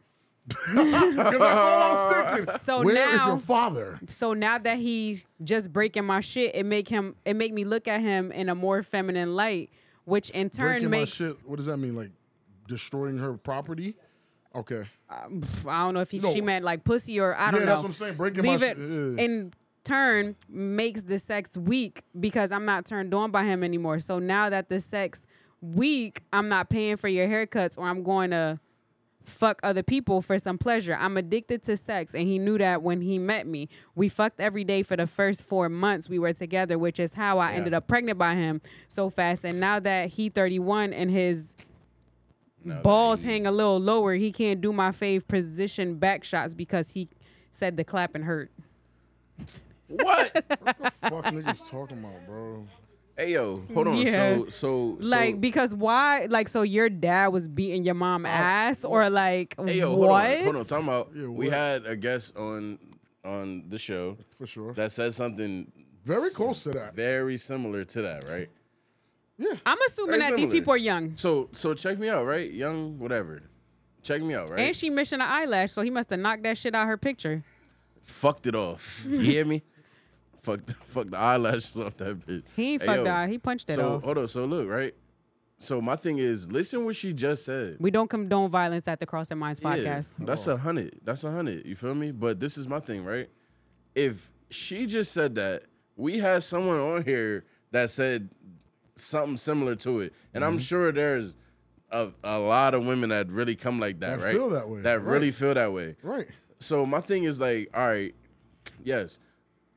Speaker 2: Because that's all I'm thinking.
Speaker 1: So
Speaker 2: Where
Speaker 1: now
Speaker 2: is your father?
Speaker 1: so now that he's just breaking my shit, it make him it make me look at him in a more feminine light, which in turn
Speaker 2: Breaking my
Speaker 1: makes
Speaker 2: shit. What does that mean? Like destroying her property? Okay.
Speaker 1: I don't know if he,
Speaker 2: No.
Speaker 1: she meant like pussy or I don't know.
Speaker 2: Yeah, that's what I'm saying. Breaking my
Speaker 1: Leave
Speaker 2: sh-
Speaker 1: it
Speaker 2: yeah.
Speaker 1: in turn makes the sex weak because I'm not turned on by him anymore. So now that the sex weak, I'm not paying for your haircuts or I'm going to fuck other people for some pleasure. I'm addicted to sex and he knew that when he met me. We fucked every day for the first 4 months we were together, which is how I ended up pregnant by him so fast and now that he 31 and his balls hang a little lower. He can't do my fave position back shots because he said the clapping hurt.
Speaker 3: what?
Speaker 2: Fuck niggas talking about, bro.
Speaker 3: hey yo, hold on.
Speaker 1: Yeah.
Speaker 3: So so
Speaker 1: Like
Speaker 3: so-
Speaker 1: because why? Like so your dad was beating your mom ass or like
Speaker 3: Hey yo, hold
Speaker 1: what?
Speaker 3: on, hold on. Talking about we
Speaker 2: what?
Speaker 3: had a guest on on the show
Speaker 2: For sure.
Speaker 3: that said something
Speaker 2: Very close to that.
Speaker 3: very similar to that, right?
Speaker 1: I'm assuming
Speaker 3: Very
Speaker 1: that these
Speaker 3: similar.
Speaker 1: people are young.
Speaker 3: So so check me out, right? Young, whatever. Check me out, right?
Speaker 1: And she missing an eyelash, so he must have knocked that shit out her picture.
Speaker 3: fucked it off. You hear me? Fuck the fuck the eyelashes off that bitch.
Speaker 1: He ain't fucked the eye, he punched it
Speaker 3: so, uh,
Speaker 1: off.
Speaker 3: Hold up, so look, right? So my thing is, listen what she just said.
Speaker 1: We don't condone violence at the Cross and Minds
Speaker 3: Yeah,
Speaker 1: podcast.
Speaker 3: that's a hundred. That's a hundred. You feel me? But this is my thing, right? If she just said that, we had someone on here that said something similar to it, and
Speaker 1: Mm-hmm.
Speaker 3: I'm sure there's a, a lot of women that really come like that,
Speaker 2: That
Speaker 3: right?
Speaker 2: feel that way,
Speaker 3: That
Speaker 2: right.
Speaker 3: really feel that way.
Speaker 2: Right.
Speaker 3: So my thing is like, all right, yes,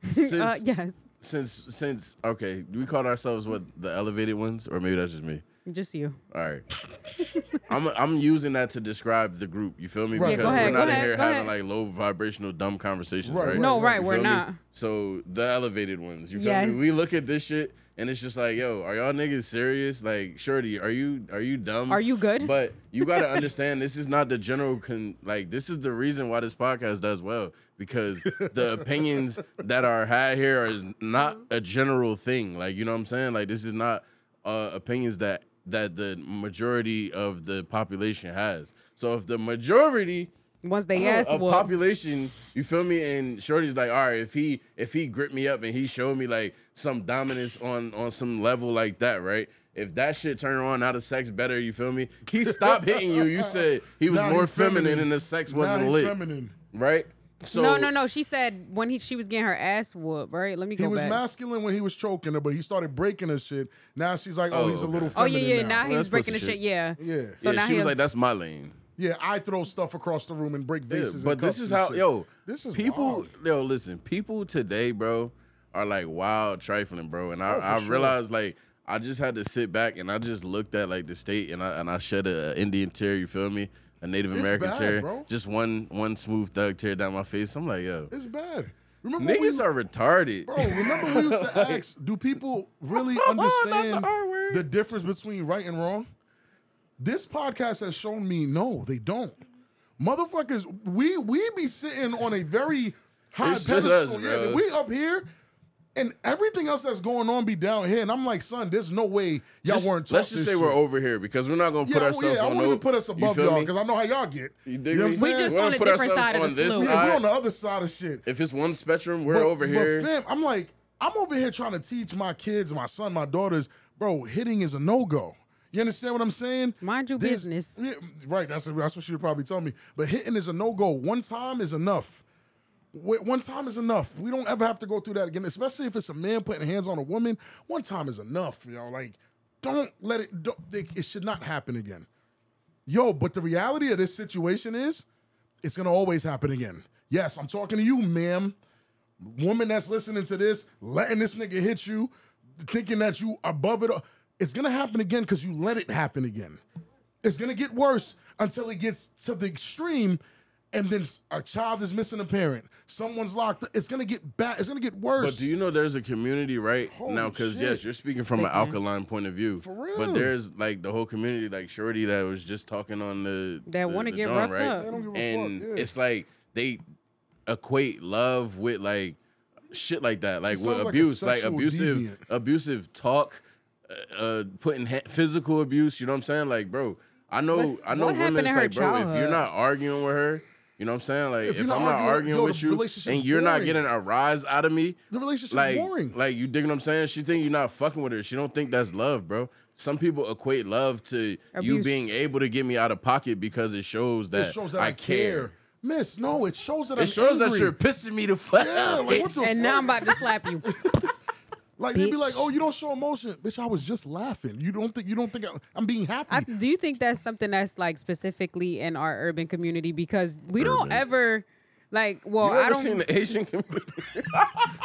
Speaker 3: since
Speaker 1: Uh, yes,
Speaker 3: since since okay, we called ourselves what the elevated ones, or maybe that's just me.
Speaker 1: just you.
Speaker 3: All right. I'm I'm using that to describe the group. You feel me?
Speaker 2: Right. Yeah,
Speaker 3: Because
Speaker 2: go ahead,
Speaker 3: we're
Speaker 1: go
Speaker 3: not in
Speaker 1: ahead,
Speaker 3: here
Speaker 1: go
Speaker 3: having
Speaker 1: ahead.
Speaker 3: like low vibrational dumb conversations,
Speaker 2: Right,
Speaker 3: right?
Speaker 2: right,
Speaker 1: No, right,
Speaker 3: You
Speaker 1: we're
Speaker 3: feel me?
Speaker 1: not.
Speaker 3: So the elevated ones, you feel
Speaker 1: Yes.
Speaker 3: me? We look at this shit and it's just like, yo, are y'all niggas serious? Like, shorty, are you are you dumb?
Speaker 1: Are you good?
Speaker 3: Um, But you gotta understand, this is not the general con. Like, this is the reason why this podcast does well because the opinions that are had here is not a general thing. Like, you know what I'm saying? Like, this is not uh, opinions that that the majority of the population has. So if the majority
Speaker 1: Once they
Speaker 3: Oh, a-
Speaker 1: asked,
Speaker 3: a
Speaker 1: well,
Speaker 3: population. You feel me? And Shorty's like, all right, if he if he gripped me up and he showed me like some dominance on on some level like that, right? If that shit turned her on out of sex better, you feel me? He stopped hitting you. You said he was
Speaker 2: Now
Speaker 3: more
Speaker 2: he
Speaker 3: feminine, and the sex
Speaker 2: Now
Speaker 3: wasn't
Speaker 2: he
Speaker 3: lit,
Speaker 2: Feminine.
Speaker 3: right? So
Speaker 1: no, no, no. She said when he she was getting her ass whooped, right? Let me go
Speaker 2: He was
Speaker 1: back.
Speaker 2: masculine when he was choking her, but he started breaking her shit. Now she's like, oh,
Speaker 3: Oh,
Speaker 2: he's a little
Speaker 1: oh
Speaker 2: feminine
Speaker 1: yeah, yeah.
Speaker 2: now.
Speaker 1: Now, he
Speaker 3: Well,
Speaker 1: was
Speaker 3: that's
Speaker 1: breaking the
Speaker 3: pussy
Speaker 1: shit.
Speaker 3: shit.
Speaker 1: Yeah.
Speaker 2: Yeah.
Speaker 1: So
Speaker 3: yeah,
Speaker 1: now
Speaker 3: she
Speaker 1: he
Speaker 3: was like, "That's my lane."
Speaker 2: Yeah, I throw stuff across the room and break
Speaker 3: Yeah,
Speaker 2: vases.
Speaker 3: but
Speaker 2: and
Speaker 3: this
Speaker 2: cups
Speaker 3: is
Speaker 2: and
Speaker 3: how
Speaker 2: shit.
Speaker 3: yo
Speaker 2: This is
Speaker 3: people
Speaker 2: wild.
Speaker 3: yo listen people today bro are like wild trifling bro and I
Speaker 2: Oh, for
Speaker 3: I
Speaker 2: sure.
Speaker 3: realized like I just had to sit back and I just looked at like the state and I and I shed a, Indian tear you feel me a Native
Speaker 2: It's
Speaker 3: American
Speaker 2: bad,
Speaker 3: tear
Speaker 2: bro.
Speaker 3: just one one smooth thug tear down my face I'm like yo
Speaker 2: It's bad. Remember when we,
Speaker 3: niggas are retarded
Speaker 2: bro, remember we used to ask, do people really
Speaker 3: Not the
Speaker 2: understand
Speaker 3: R word.
Speaker 2: the difference between right and wrong? This podcast has shown me no, they don't. Motherfuckers, we we be sitting on a very high
Speaker 3: It's just
Speaker 2: pedestal.
Speaker 3: us,
Speaker 2: yeah,
Speaker 3: bro.
Speaker 2: we up here. And everything else that's going on be down here, and I'm like, son, there's no way y'all
Speaker 3: Just-
Speaker 2: weren't. taught
Speaker 3: let's just
Speaker 2: this
Speaker 3: say
Speaker 2: shit.
Speaker 3: we're over here because we're not gonna
Speaker 2: Yeah,
Speaker 3: put
Speaker 2: well,
Speaker 3: ourselves
Speaker 2: yeah, I
Speaker 3: on.
Speaker 2: wouldn't
Speaker 3: no-
Speaker 2: even put us
Speaker 3: you
Speaker 2: above
Speaker 3: feel
Speaker 2: y'all
Speaker 3: me?
Speaker 2: because I know how y'all get.
Speaker 3: You
Speaker 2: You
Speaker 3: dig
Speaker 2: know
Speaker 3: me?
Speaker 2: what I'm
Speaker 1: We
Speaker 2: saying?
Speaker 1: just
Speaker 3: We're
Speaker 1: on
Speaker 3: gonna
Speaker 1: a
Speaker 3: put
Speaker 1: different
Speaker 3: ourselves
Speaker 1: side of
Speaker 3: on
Speaker 1: the
Speaker 3: this
Speaker 1: slope.
Speaker 2: yeah, we're
Speaker 3: side.
Speaker 2: on the other side of shit.
Speaker 3: If it's one spectrum, we're
Speaker 2: But-
Speaker 3: over here.
Speaker 2: But fam, I'm like, I'm over here trying to teach my kids, my son, my daughters, bro, hitting is a no go. You understand what I'm saying?
Speaker 1: Mind your
Speaker 2: This-
Speaker 1: business.
Speaker 2: yeah, right. That's that's what she would probably tell me. But hitting is a no go. One time is enough. Wh- One time is enough. We don't ever have to go through that again, especially if it's a man putting hands on a woman. One time is enough, yo. Like, don't let it. Don't, it, it should not happen again, yo. But the reality of this situation is, it's gonna always happen again. Yes, I'm talking to you, ma'am woman that's listening to this, letting this nigga hit you, thinking that you above it all, it's gonna happen again because you let it happen again. It's gonna get worse until it gets to the extreme, and then s- a child is missing a parent, someone's locked. up. It's gonna get bad. It's gonna get worse.
Speaker 3: But do you know there's a community right now? Because
Speaker 2: shit.
Speaker 3: yes, you're speaking from an alkaline point of view. For
Speaker 2: real.
Speaker 3: But there's like the whole community, like Shorty that was just talking on the
Speaker 1: That
Speaker 3: the-
Speaker 1: wanna
Speaker 3: the
Speaker 1: get
Speaker 3: joint,
Speaker 1: roughed
Speaker 3: right?
Speaker 1: up. They don't
Speaker 2: give a
Speaker 3: and
Speaker 2: fuck, yeah.
Speaker 3: it's like they equate love with like shit like that, like
Speaker 2: sounds
Speaker 3: with
Speaker 2: like a
Speaker 3: abuse, like,
Speaker 2: sexual
Speaker 3: abusive,
Speaker 2: deviant.
Speaker 3: abusive talk, uh, uh putting ha- physical abuse. You know what I'm saying? Like, bro, I know,
Speaker 1: What's-
Speaker 3: I know,
Speaker 1: what
Speaker 3: women.
Speaker 1: happened
Speaker 3: It's
Speaker 1: to her
Speaker 3: like, bro, if you're
Speaker 1: childhood?
Speaker 3: not arguing with her. You know what I'm saying? Like,
Speaker 2: If
Speaker 3: if,
Speaker 2: you're
Speaker 3: I'm
Speaker 2: not
Speaker 3: not
Speaker 2: arguing,
Speaker 3: arguing
Speaker 2: yo,
Speaker 3: with
Speaker 2: the
Speaker 3: you
Speaker 2: relationship's
Speaker 3: and you're not
Speaker 2: boring.
Speaker 3: getting a rise out of me,
Speaker 2: The relationship's
Speaker 3: like,
Speaker 2: boring.
Speaker 3: Like you dig what I'm saying? She think you're not fucking with her. She don't think that's love, bro. Some people equate love to you
Speaker 1: Abuse.
Speaker 3: being able to get me out of pocket because it shows that,
Speaker 2: it shows that I, care. Miss, no, it shows that
Speaker 3: It
Speaker 2: I'm
Speaker 3: shows
Speaker 2: angry.
Speaker 3: that you're pissing me the fuck
Speaker 2: Yeah,
Speaker 3: out.
Speaker 2: like, what the
Speaker 1: And
Speaker 2: fuck?
Speaker 1: now I'm about to slap you.
Speaker 2: Like they'd be like,
Speaker 1: bitch.
Speaker 2: "Oh, you don't show emotion, bitch. I was just laughing. You don't think you don't think I, I'm being happy?
Speaker 1: I, do you think that's something that's like specifically in our urban community because we don't ever like well
Speaker 3: You
Speaker 1: I
Speaker 3: ever
Speaker 1: don't
Speaker 3: seen the Asian community?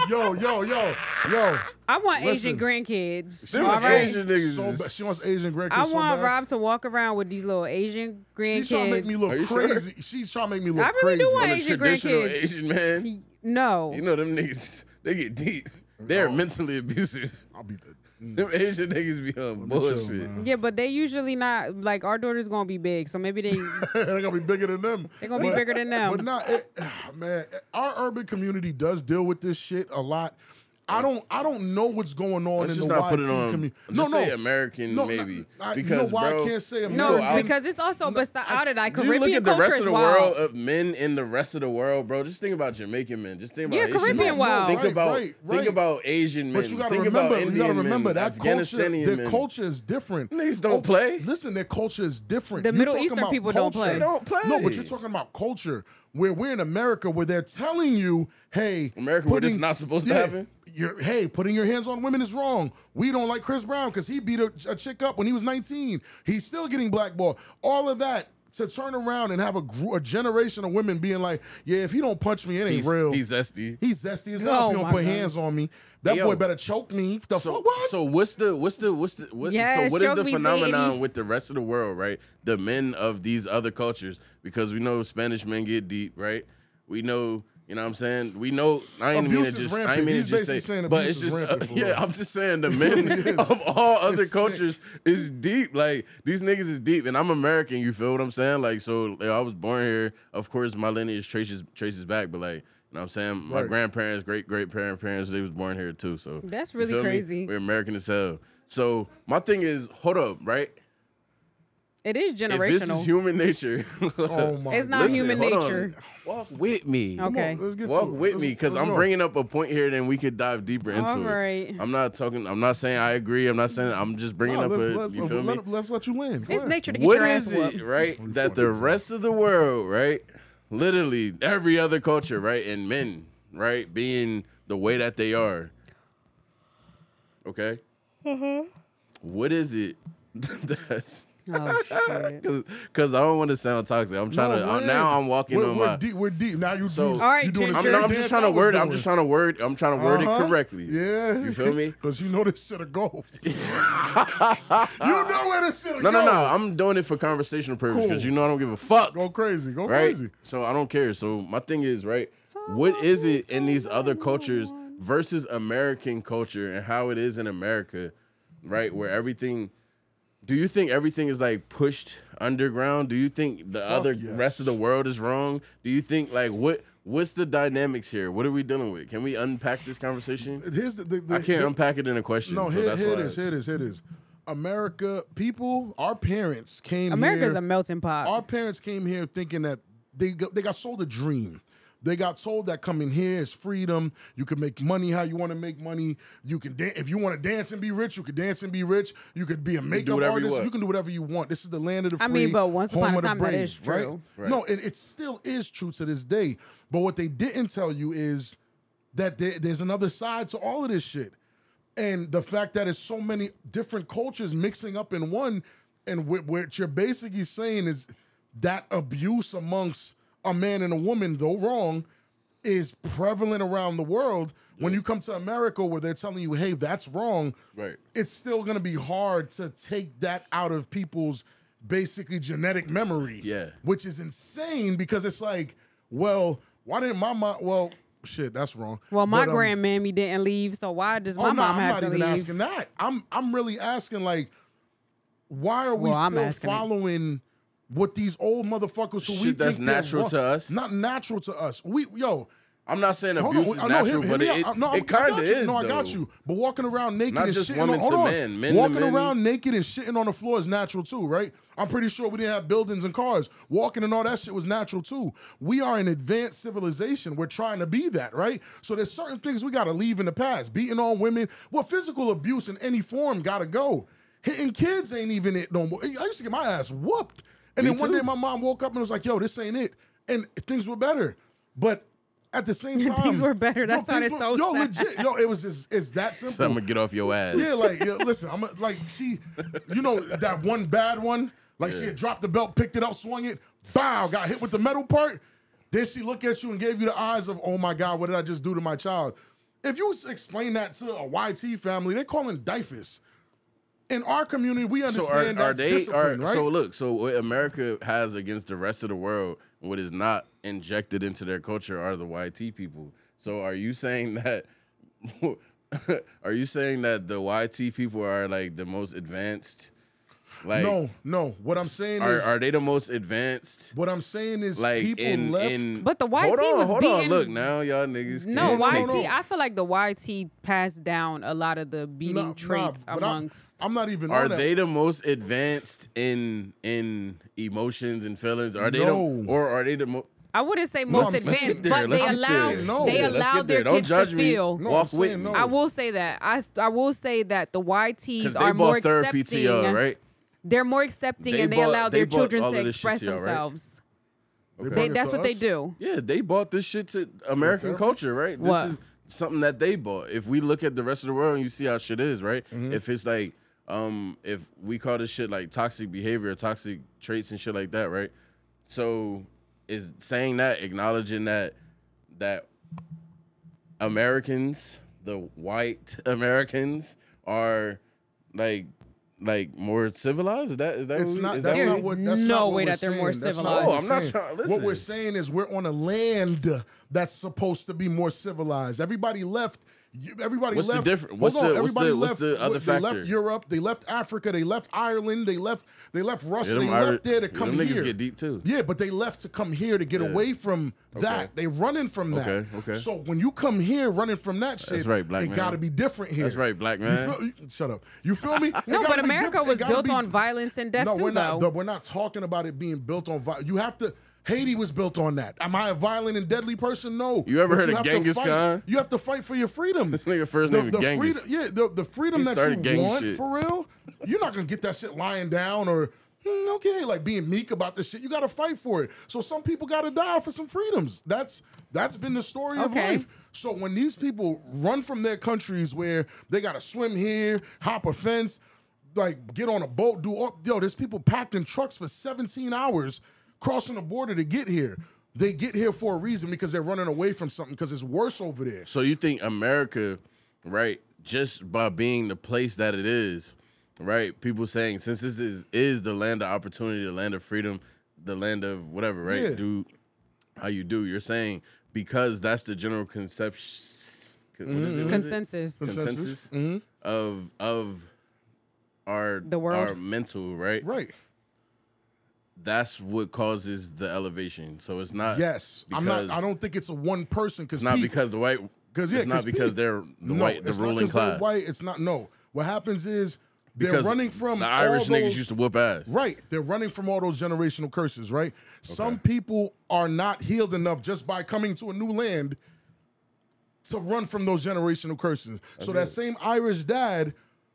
Speaker 2: yo, yo, yo, yo.
Speaker 1: I want
Speaker 2: Listen.
Speaker 1: Asian grandkids.
Speaker 3: Them
Speaker 1: All right.
Speaker 3: Asian niggas.
Speaker 2: So
Speaker 3: is-
Speaker 2: ba- she wants Asian grandkids.
Speaker 1: I
Speaker 2: so
Speaker 1: want
Speaker 2: bad.
Speaker 1: Rob to walk around with these little Asian grandkids.
Speaker 2: She's trying to make me
Speaker 3: Are
Speaker 2: look
Speaker 3: you sure?
Speaker 2: crazy. She's trying to make me look
Speaker 1: I really do
Speaker 2: crazy.
Speaker 1: want
Speaker 3: on a
Speaker 1: Asian
Speaker 3: traditional
Speaker 1: grandkids.
Speaker 3: Asian man.
Speaker 1: no.
Speaker 3: You know them niggas. They get deep. They're mentally abusive.
Speaker 2: I'll be the
Speaker 3: Them Asian niggas be on
Speaker 2: me chill,
Speaker 3: bullshit.
Speaker 2: man.
Speaker 1: yeah, but they usually not like our daughter's gonna be big, so maybe they
Speaker 2: they're gonna be bigger than them.
Speaker 1: They're gonna be bigger than them.
Speaker 2: But not it, ah, man. Our urban community does deal with this shit a lot. I don't. I don't know what's going on
Speaker 3: Let's
Speaker 2: in
Speaker 3: just
Speaker 2: the
Speaker 3: not put it
Speaker 2: YT
Speaker 3: on.
Speaker 2: community.
Speaker 3: Just say American,
Speaker 2: No,
Speaker 3: maybe.
Speaker 2: I- I- you know
Speaker 3: because
Speaker 2: why I
Speaker 3: bro,
Speaker 2: can't say
Speaker 1: no,
Speaker 2: American?
Speaker 3: I'm-
Speaker 1: because it's also beside out of that
Speaker 3: Do you
Speaker 1: Caribbean
Speaker 3: look at the
Speaker 1: culture
Speaker 3: rest
Speaker 1: is
Speaker 3: of the
Speaker 1: wild.
Speaker 3: world uh, of men in the rest of the world, bro. Just think about Jamaican men. Just think about
Speaker 1: Yeah,
Speaker 3: Asian
Speaker 1: Caribbean
Speaker 3: men.
Speaker 1: wild.
Speaker 3: Think
Speaker 2: Right,
Speaker 3: about
Speaker 2: right, right.
Speaker 3: think about Asian men.
Speaker 2: But you gotta
Speaker 3: think
Speaker 2: remember,
Speaker 3: about Indian
Speaker 2: you gotta remember
Speaker 3: men,
Speaker 2: that culture.
Speaker 3: Afghanistanian
Speaker 2: Their
Speaker 3: men.
Speaker 2: culture is different. Oh,
Speaker 3: Niggas don't play.
Speaker 2: Listen, their culture is different.
Speaker 1: The
Speaker 2: You
Speaker 1: Middle
Speaker 2: talking
Speaker 1: Eastern
Speaker 2: about
Speaker 1: people don't
Speaker 2: culture.
Speaker 1: play. They
Speaker 3: don't play.
Speaker 2: No, but you're talking about culture where we're in America where they're telling you, hey,
Speaker 3: America where this not supposed to happen?
Speaker 2: You're, hey, putting your hands on women is wrong. We don't like Chris Brown because he beat a, a chick up when he was 19. He's still getting blackballed. All of that to turn around and have a, gr- a generation of women being like, yeah, if he don't punch me, it ain't
Speaker 3: He's,
Speaker 2: real.
Speaker 3: he's zesty.
Speaker 2: He's zesty as hell.
Speaker 1: Oh
Speaker 2: if you don't
Speaker 1: my
Speaker 2: put
Speaker 1: God.
Speaker 2: hands on me, that
Speaker 3: Yo.
Speaker 2: boy better choke me. The
Speaker 3: so,
Speaker 2: fuck? What?
Speaker 3: so what's the what's the what's the what,
Speaker 1: Yes,
Speaker 3: so what is
Speaker 1: show
Speaker 3: the
Speaker 1: me,
Speaker 3: phenomenon
Speaker 1: baby.
Speaker 3: with the rest of the world, right? The men of these other cultures, because we know Spanish men get deep, right? We know, you know what I'm saying? We know I ain't mean to
Speaker 2: Abuse is
Speaker 3: just I ain't
Speaker 2: rampant.
Speaker 3: mean to
Speaker 2: He's
Speaker 3: just
Speaker 2: basically
Speaker 3: say
Speaker 2: saying
Speaker 3: but
Speaker 2: abuse
Speaker 3: it's
Speaker 2: is
Speaker 3: just
Speaker 2: rampant, for
Speaker 3: yeah,
Speaker 2: real.
Speaker 3: I'm just saying the men of all other
Speaker 2: It's sick.
Speaker 3: cultures is deep. Like these niggas is deep and I'm American, you feel what I'm saying? Like so like, I was born here. Of course my lineage traces traces back, but like you know what I'm saying? My
Speaker 2: Right.
Speaker 3: grandparents, great great grandparents, they was born here too. So
Speaker 1: That's
Speaker 3: you
Speaker 1: really
Speaker 3: feel me?
Speaker 1: crazy.
Speaker 3: We're American as hell. So my thing is, hold up, right?
Speaker 1: It is
Speaker 3: If this
Speaker 1: generational.
Speaker 3: is human nature,
Speaker 2: oh my!
Speaker 1: it's not
Speaker 2: goodness.
Speaker 1: human
Speaker 3: hold on.
Speaker 1: nature.
Speaker 3: Walk with me.
Speaker 1: Okay.
Speaker 2: Come on, let's get
Speaker 3: Walk
Speaker 2: to it.
Speaker 3: with
Speaker 2: Let's-
Speaker 3: me, because
Speaker 2: let's
Speaker 3: I'm
Speaker 2: go.
Speaker 3: bringing up a point here, then we could dive deeper into
Speaker 1: All
Speaker 3: it.
Speaker 1: right.
Speaker 3: I'm not talking. I'm not saying I agree. I'm not saying. I'm just bringing
Speaker 2: No,
Speaker 3: up
Speaker 2: let's,
Speaker 3: a.
Speaker 2: let's,
Speaker 3: you feel me?
Speaker 2: let, us let you win. Go
Speaker 1: It's
Speaker 2: ahead.
Speaker 1: nature to get
Speaker 3: What
Speaker 1: your ass
Speaker 3: is
Speaker 1: whooped.
Speaker 3: it, right? That the rest of the world, right? literally every other culture, right? And men, right, being the way that they are. Okay. Uh-huh.
Speaker 1: Mm-hmm.
Speaker 3: What is it that's
Speaker 1: Oh shit.
Speaker 3: because I don't want to sound toxic. I'm trying to
Speaker 2: No,
Speaker 3: I'm,
Speaker 2: we're-
Speaker 3: now. I'm walking
Speaker 2: we're,
Speaker 3: on
Speaker 2: we're
Speaker 3: my.
Speaker 2: deep. We're deep. Now you.
Speaker 3: So-
Speaker 2: you,
Speaker 3: All
Speaker 1: right,
Speaker 2: you doing the
Speaker 1: Ginger.
Speaker 3: I'm,
Speaker 2: same
Speaker 3: no, I'm just
Speaker 2: dance
Speaker 3: trying
Speaker 2: I
Speaker 3: to
Speaker 2: was
Speaker 3: word. it. I'm
Speaker 2: doing.
Speaker 3: just trying to word. I'm trying to word it
Speaker 2: Uh-huh.
Speaker 3: correctly.
Speaker 2: Yeah.
Speaker 3: You feel me?
Speaker 2: Because you know this shit'll go. you know where this shit'll
Speaker 3: No,
Speaker 2: go.
Speaker 3: no, no. I'm doing it for conversational purpose because
Speaker 2: Cool.
Speaker 3: you know I don't give a fuck.
Speaker 2: Go crazy. Go
Speaker 3: right?
Speaker 2: crazy.
Speaker 3: So I don't care. So my thing is, right?
Speaker 1: So
Speaker 3: what
Speaker 1: what
Speaker 3: is
Speaker 1: is
Speaker 3: it in these
Speaker 1: going
Speaker 3: other
Speaker 1: on?
Speaker 3: cultures versus American culture and how it is in America, right? Where everything do you think everything is like pushed underground? Do you think the other
Speaker 2: yes.
Speaker 3: rest of the world is wrong? Do you think like what what's the dynamics here? What are we dealing with? Can we unpack this conversation?
Speaker 2: Here's the, the, the
Speaker 3: I can't unpack it in a question.
Speaker 2: No,
Speaker 3: so
Speaker 2: here,
Speaker 3: that's
Speaker 2: here it
Speaker 3: why.
Speaker 2: is. Here it is. Here it is. America, people, our parents came
Speaker 1: America's
Speaker 2: here.
Speaker 1: a melting pot.
Speaker 2: Our parents came here thinking that they got, they got sold a dream. They got told that coming here is freedom. You can make money how you want to make money. You can dan- if you want to dance and be rich, you can dance and be rich. You could be a makeup
Speaker 3: whatever you
Speaker 2: artist.
Speaker 3: want.
Speaker 2: You can do whatever you want. This is the land of the free.
Speaker 1: I mean, but once
Speaker 2: home
Speaker 1: upon a
Speaker 2: of the
Speaker 1: time, that
Speaker 2: brave,
Speaker 1: is
Speaker 2: right?
Speaker 1: true.
Speaker 3: Right.
Speaker 2: No, and it still is true to this day. But what they didn't tell you is that there- there's another side to all of this shit and the fact that it's so many different cultures mixing up in one, and what, what you're basically saying is that abuse amongst a man and a woman, though wrong, is prevalent around the world. When you come to America, where they're telling you, "Hey, that's wrong,"
Speaker 3: Right.
Speaker 2: It's still gonna be hard to take that out of people's basically genetic memory.
Speaker 3: Yeah.
Speaker 2: which is insane because it's like, well, why didn't my mom? Well, shit, that's wrong.
Speaker 1: well, my
Speaker 2: But, um, oh,
Speaker 1: grandmammy didn't leave, so why does my
Speaker 2: no,
Speaker 1: mom
Speaker 2: I'm
Speaker 1: have
Speaker 2: not
Speaker 1: to
Speaker 2: even
Speaker 1: leave?
Speaker 2: asking that. I'm I'm really asking like, why are we
Speaker 1: Well, I'm
Speaker 2: still
Speaker 1: asking it.
Speaker 2: following what these old motherfuckers who we
Speaker 3: Shit that's
Speaker 2: think they're
Speaker 3: natural
Speaker 2: wrong-
Speaker 3: to us?
Speaker 2: Not natural to us. We yo.
Speaker 3: I'm not saying
Speaker 2: Hold
Speaker 3: abuse is
Speaker 2: on, oh, I know
Speaker 3: natural,
Speaker 2: him,
Speaker 3: but
Speaker 2: him
Speaker 3: it,
Speaker 2: out. No,
Speaker 3: it
Speaker 2: I- I got
Speaker 3: kind of
Speaker 2: you.
Speaker 3: is.
Speaker 2: No, I
Speaker 3: though.
Speaker 2: got you. But walking around naked
Speaker 3: Not
Speaker 2: and
Speaker 3: just
Speaker 2: shitting
Speaker 3: woman
Speaker 2: on, hold
Speaker 3: to
Speaker 2: on.
Speaker 3: man, men to
Speaker 2: walking
Speaker 3: men.
Speaker 2: around naked and shitting on the floor is natural too, right? I'm pretty sure we didn't have buildings and cars. Walking and all that shit was natural too. We are an advanced civilization. We're trying to be that, right? So there's certain things we got to leave in the past. Beating on women, well, physical abuse in any form got to go. Hitting kids ain't even it no more. I used to get my ass whooped, and then one
Speaker 3: too.
Speaker 2: day my mom woke up and was like, "Yo, this ain't it," and things were better. But at the same time,
Speaker 1: Things were better. That
Speaker 2: things
Speaker 1: sounded so
Speaker 2: yo,
Speaker 1: sad.
Speaker 2: legit. Yo, it was just, it's that simple.
Speaker 3: So I'm gonna get off your ass.
Speaker 2: Yeah, like yeah, listen, I'm a, like she, you know that one bad one. Like she had dropped the belt, picked it up, swung it, bow, got hit with the metal part. Then she looked at you and gave you the eyes of, oh my god, what did I just do to my child? If you s- explain that to a YT family, they call him Dyfus. In our community, we
Speaker 3: so are,
Speaker 2: understand
Speaker 3: are
Speaker 2: that's
Speaker 3: they are
Speaker 2: discipline, right?
Speaker 3: so look so what america has against the rest of the world what is not injected into their culture are the yt people so are you saying that are you saying that the yt people are like the most advanced like
Speaker 2: no, no. What I'm saying
Speaker 3: are,
Speaker 2: is,
Speaker 3: are they the most advanced
Speaker 2: what I'm saying is,
Speaker 3: like
Speaker 2: people
Speaker 3: in,
Speaker 2: left.
Speaker 3: in
Speaker 1: But the YT
Speaker 3: hold on,
Speaker 1: was
Speaker 3: hold on
Speaker 1: beating-
Speaker 3: look now y'all niggas
Speaker 1: No,
Speaker 3: can't take-
Speaker 1: YT. I feel like the YT passed down a lot of the beating
Speaker 2: Nah, nah,
Speaker 1: traits
Speaker 2: but
Speaker 1: amongst.
Speaker 2: I, am not even.
Speaker 3: Are
Speaker 2: on that.
Speaker 3: they the most advanced in in emotions and feelings? Are they the-
Speaker 2: No.
Speaker 3: or are they the most
Speaker 1: I wouldn't say
Speaker 2: I'm
Speaker 1: most
Speaker 2: saying- Let's
Speaker 1: advanced,
Speaker 2: get
Speaker 1: but they
Speaker 2: Let's get
Speaker 1: allow
Speaker 2: there. No.
Speaker 1: they
Speaker 2: Yeah,
Speaker 1: allowed their
Speaker 2: let's
Speaker 1: kids to feel.
Speaker 2: No,
Speaker 3: Walk
Speaker 2: I'm
Speaker 3: with
Speaker 2: saying
Speaker 3: me.
Speaker 2: no.
Speaker 1: I will say that I I will say that the YTs
Speaker 3: Because
Speaker 1: are
Speaker 3: they
Speaker 1: more
Speaker 3: bought third
Speaker 1: accepting.
Speaker 3: PTO, right?
Speaker 1: They're more accepting
Speaker 3: They
Speaker 1: and they
Speaker 3: bought-
Speaker 1: allow
Speaker 3: they
Speaker 1: their
Speaker 3: bought
Speaker 1: children
Speaker 3: all
Speaker 1: to
Speaker 3: of this shit
Speaker 1: express
Speaker 3: to y'all, right?
Speaker 1: themselves.
Speaker 2: Okay.
Speaker 1: They, that's what they do.
Speaker 3: Yeah, they bought this shit to American culture, right? This
Speaker 1: What?
Speaker 3: is something that they bought. If we look at the rest of the world and you see how shit is, right?
Speaker 2: Mm-hmm.
Speaker 3: If it's like, um, if we call this shit like toxic behavior, toxic traits and shit like that, right? So is saying that, acknowledging that that Americans, the white Americans, are like like more civilized? Is that is that
Speaker 2: It's
Speaker 3: what we-
Speaker 2: not.
Speaker 3: is
Speaker 2: That's
Speaker 3: that
Speaker 2: not
Speaker 1: There's
Speaker 2: what. That's
Speaker 1: no
Speaker 2: not what
Speaker 1: way
Speaker 2: we're
Speaker 1: that they're more
Speaker 2: saying. That's not
Speaker 1: civilized.
Speaker 2: what
Speaker 1: Oh,
Speaker 2: we're
Speaker 3: I'm not
Speaker 2: saying.
Speaker 3: trying-
Speaker 2: What
Speaker 3: listen.
Speaker 2: we're saying is we're on a land that's supposed to be more civilized. Everybody left. you- Everybody
Speaker 3: What's the
Speaker 2: left.
Speaker 3: different- what's
Speaker 2: hold on,
Speaker 3: the- what's
Speaker 2: everybody
Speaker 3: the- what's
Speaker 2: left.
Speaker 3: the other
Speaker 2: they left
Speaker 3: factor?
Speaker 2: Europe. They left Africa. They left Ireland. They left. They left Russia.
Speaker 3: them
Speaker 2: they
Speaker 3: Iri-
Speaker 2: left there to
Speaker 3: them
Speaker 2: come
Speaker 3: niggas
Speaker 2: here.
Speaker 3: get deep, too.
Speaker 2: Yeah, but they left to come here to get away from that. They running from that.
Speaker 3: Okay, okay.
Speaker 2: So when you come here running from that shit,
Speaker 3: right, black
Speaker 2: it
Speaker 3: man.
Speaker 2: got to be different here.
Speaker 3: That's right, black
Speaker 2: You
Speaker 3: man.
Speaker 2: feel- you- shut up. You feel me? It
Speaker 1: No,
Speaker 2: gotta
Speaker 1: but
Speaker 2: be
Speaker 1: America
Speaker 2: different. It
Speaker 1: was
Speaker 2: gotta
Speaker 1: built
Speaker 2: be-
Speaker 1: on violence and death
Speaker 2: no,
Speaker 1: too,
Speaker 2: we're not.
Speaker 1: though.
Speaker 2: but We're not talking about it being built on violence. You have to. Haiti was built on that. Am I a violent and deadly person? No.
Speaker 3: You ever
Speaker 2: But
Speaker 3: heard of
Speaker 2: have to
Speaker 3: Genghis
Speaker 2: fight-
Speaker 3: Khan?
Speaker 2: You have to fight for your freedom.
Speaker 3: This nigga first
Speaker 2: The-
Speaker 3: name
Speaker 2: the
Speaker 3: is Genghis.
Speaker 2: Freedom, yeah, the, the freedom
Speaker 3: He
Speaker 2: that
Speaker 3: started
Speaker 2: you
Speaker 3: gang
Speaker 2: want
Speaker 3: shit.
Speaker 2: for real, you're not gonna get that shit lying down or "Hmm, okay, like being meek about this shit, you gotta fight for it. So some people gotta die for some freedoms. That's that's been the story of
Speaker 1: Okay.
Speaker 2: life. So when these people run from their countries where they gotta swim here, hop a fence, like get on a boat, do all yo, there's people packed in trucks for 17 hours crossing the border to get here. They get here for a reason because they're running away from something because it's worse over there.
Speaker 3: So you think America, right, just by being the place that it is, right? People saying since this is is the land of opportunity, the land of freedom, the land of whatever, right?
Speaker 2: Yeah.
Speaker 3: Do how you do. You're saying because that's the general conception.
Speaker 1: Consensus.
Speaker 3: consensus
Speaker 2: Mm-hmm.
Speaker 3: of of our
Speaker 1: The world.
Speaker 3: our mental right?
Speaker 2: Right.
Speaker 3: That's what causes the elevation. So it's not
Speaker 2: Yes. I'm not
Speaker 3: because-
Speaker 2: I don't think it's a one person because
Speaker 3: It's not because the white.
Speaker 2: 'Cause, yeah,
Speaker 3: it's not
Speaker 2: 'cause
Speaker 3: because
Speaker 2: people-
Speaker 3: they're the white, the
Speaker 2: it's not
Speaker 3: ruling
Speaker 2: 'cause they're
Speaker 3: class.
Speaker 2: White, it's not. No, what happens is they're
Speaker 3: Because
Speaker 2: running from
Speaker 3: the Irish
Speaker 2: all
Speaker 3: niggas
Speaker 2: those-
Speaker 3: used to whoop ass.
Speaker 2: Right, they're running from all those generational curses. Right, some people are not healed enough just by coming to a new land to run from those generational curses. so that same Irish dad,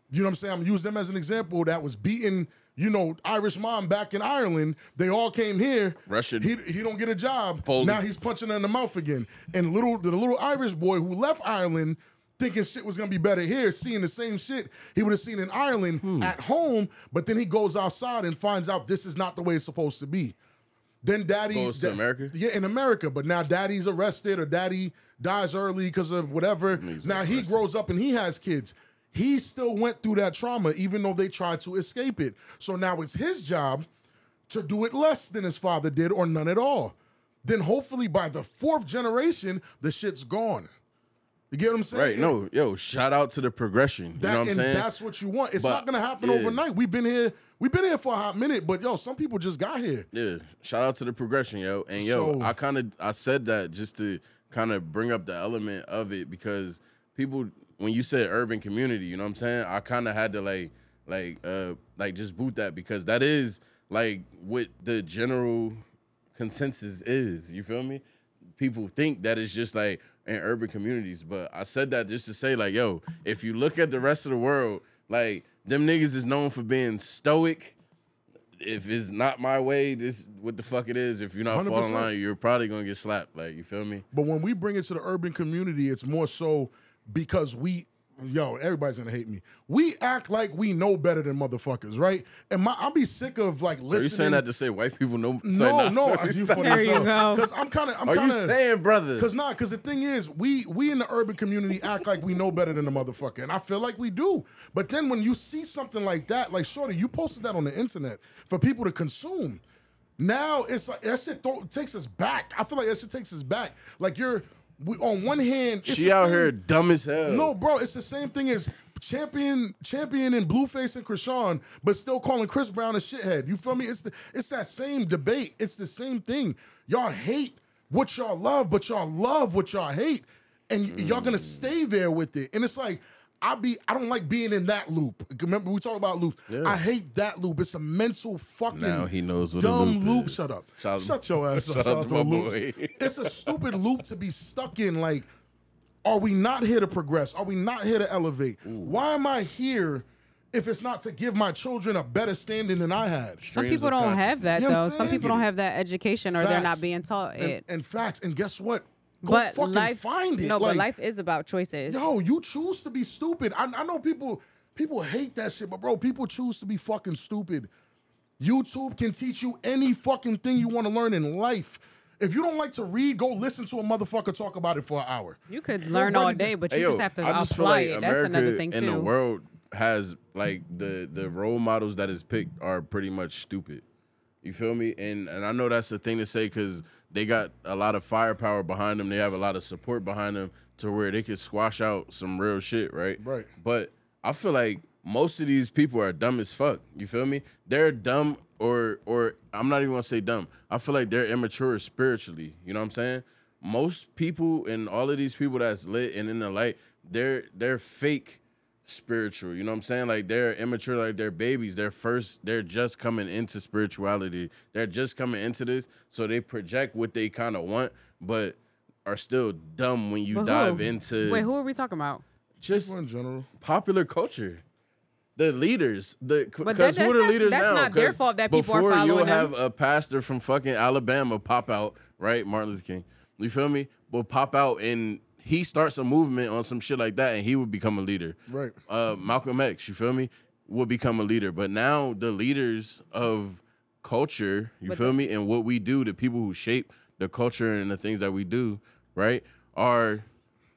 Speaker 2: you know what I'm saying? I'm using them as an example that was beating, you know, Irish mom back in Ireland. They all came here.
Speaker 3: Russian.
Speaker 2: He, he don't get a job.
Speaker 3: Poland.
Speaker 2: Now he's punching her in the mouth again. And little the little Irish boy who left Ireland thinking shit was gonna be better here, seeing the same shit he would have seen in Ireland
Speaker 3: Hmm.
Speaker 2: at home, but then he goes outside and finds out this is not the way it's supposed to be. Then daddy
Speaker 3: Goes to
Speaker 2: da-
Speaker 3: America?
Speaker 2: yeah, in America. But now daddy's arrested or daddy dies early because of whatever. now he grows up and he has kids. He still went through that trauma, even though they tried to escape it. So now it's his job to do it less than his father did or none at all. Then hopefully by the fourth generation, the shit's gone. You get what I'm saying?
Speaker 3: Right. No, yo, shout out to the progression.
Speaker 2: That,
Speaker 3: you know what I'm
Speaker 2: and
Speaker 3: saying?
Speaker 2: that's what you want. It's
Speaker 3: But-
Speaker 2: not gonna happen
Speaker 3: yeah.
Speaker 2: overnight. We've been here, we've been here for a hot minute, but yo, some people just got here.
Speaker 3: yeah. Shout out to the progression, yo. And yo,
Speaker 2: So-
Speaker 3: I kind of I said that just to kind of bring up the element of it because people when you said urban community, you know what I'm saying? I kind of had to like like uh like just boot that because that is like what the general consensus is. You feel me? People think that it's just like in urban communities, but I said that just to say like, yo, if you look at the rest of the world, like them niggas is known for being stoic. If it's not my way, this what the fuck it is. If you're not falling
Speaker 2: 100%.
Speaker 3: line, you're probably gonna get slapped. Like you feel me?
Speaker 2: But when we bring it to the urban community, it's more so because we, yo, everybody's gonna hate me. We act like we know better than motherfuckers, right? And my, I'll be sick of like
Speaker 3: Are you
Speaker 2: listening.
Speaker 3: saying that to say white people know?
Speaker 2: no, no, you funny
Speaker 1: There you go.
Speaker 2: Because I'm kind of, I'm
Speaker 3: Are
Speaker 2: kind
Speaker 3: you
Speaker 2: of
Speaker 3: saying, brother?
Speaker 2: Cause not, cause the thing is, we we in the urban community act like we know better than the motherfucker, and I feel like we do. But then when you see something like that, like Shorty, you posted that on the internet for people to consume. Now it's like that shit throw, takes us back. I feel like that shit takes us back. Like you're we, on one hand, it's
Speaker 3: she
Speaker 2: the
Speaker 3: out
Speaker 2: same-
Speaker 3: here dumb as hell.
Speaker 2: No, bro, it's the same thing as champion, champion, and Blueface and Krishan, but still calling Chris Brown a shithead. You feel me? It's the, it's that same debate. It's the same thing. Y'all hate what y'all love, but y'all love what y'all hate, and y- y'all
Speaker 3: Mm.
Speaker 2: gonna stay there with it. And it's like. I be I don't like being in that loop. Remember we talk about loop. I hate that loop. It's a mental fucking
Speaker 3: Now he knows what a
Speaker 2: dumb
Speaker 3: loop is.
Speaker 2: Shut up.
Speaker 3: Shout out-
Speaker 2: Shut your ass up.
Speaker 3: shout out to
Speaker 2: the
Speaker 3: my
Speaker 2: loops.
Speaker 3: boy.
Speaker 2: It's a stupid loop to be stuck in. Like are we not here to progress? Are we not here to elevate? Why am I here if it's not to give my children a better standing than I had?
Speaker 1: Some
Speaker 3: Streams
Speaker 1: people
Speaker 3: of
Speaker 1: don't have that
Speaker 2: You know what
Speaker 1: though.
Speaker 2: I'm
Speaker 1: Some
Speaker 2: saying?
Speaker 1: people don't have that education, or they're
Speaker 2: Facts.
Speaker 1: not being taught
Speaker 2: And,
Speaker 1: it.
Speaker 2: and facts. And guess what? Go
Speaker 1: but
Speaker 2: fucking
Speaker 1: life,
Speaker 2: find it.
Speaker 1: no,
Speaker 2: Like,
Speaker 1: but life is about choices.
Speaker 2: No, you choose to be stupid. I, I know people people hate that shit, but bro, people choose to be fucking stupid. YouTube can teach you any fucking thing you want to learn in life. If you don't like to read, go listen to a motherfucker talk about it for an hour.
Speaker 1: You could learn all day, but you
Speaker 3: Hey, yo,
Speaker 1: just have to
Speaker 3: I just feel
Speaker 1: apply
Speaker 3: like
Speaker 1: it.
Speaker 3: America
Speaker 1: That's another thing too.
Speaker 3: in the world has like the the role models that is picked are pretty much stupid. You feel me? And and I know that's the thing to say because they got a lot of firepower behind them. They have a lot of support behind them to where they can squash out some real shit, right?
Speaker 2: Right.
Speaker 3: But I feel like most of these people are dumb as fuck. You feel me? They're dumb or or I'm not even gonna say dumb. I feel like they're immature spiritually. You know what I'm saying? Most people and all of these people that's lit and in the light, they're they're fake spiritual. You know what I'm saying? Like they're immature, like they're babies. They're first, they're just coming into spirituality. They're just coming into this. So they project what they kind of want, but are still dumb when you
Speaker 1: But who?
Speaker 3: dive into
Speaker 1: Wait, who are we talking about?
Speaker 3: just
Speaker 2: In general,
Speaker 3: popular culture. the leaders, the
Speaker 1: But
Speaker 3: because
Speaker 1: that-
Speaker 3: who are the
Speaker 1: that's-
Speaker 3: leaders
Speaker 1: that's
Speaker 3: now?
Speaker 1: not their
Speaker 3: 'Cause
Speaker 1: fault that people
Speaker 3: before
Speaker 1: are
Speaker 3: you'll
Speaker 1: following them.
Speaker 3: have a pastor from fucking Alabama pop out, right? Martin Luther King, you feel me? Will pop out and he starts a movement on some shit like that, and he would become a leader.
Speaker 2: Right.
Speaker 3: Uh, Malcolm X, you feel me? Will become a leader, but now the leaders of culture, you feel me, and what we do, the people who shape the culture and the things that we do, right, are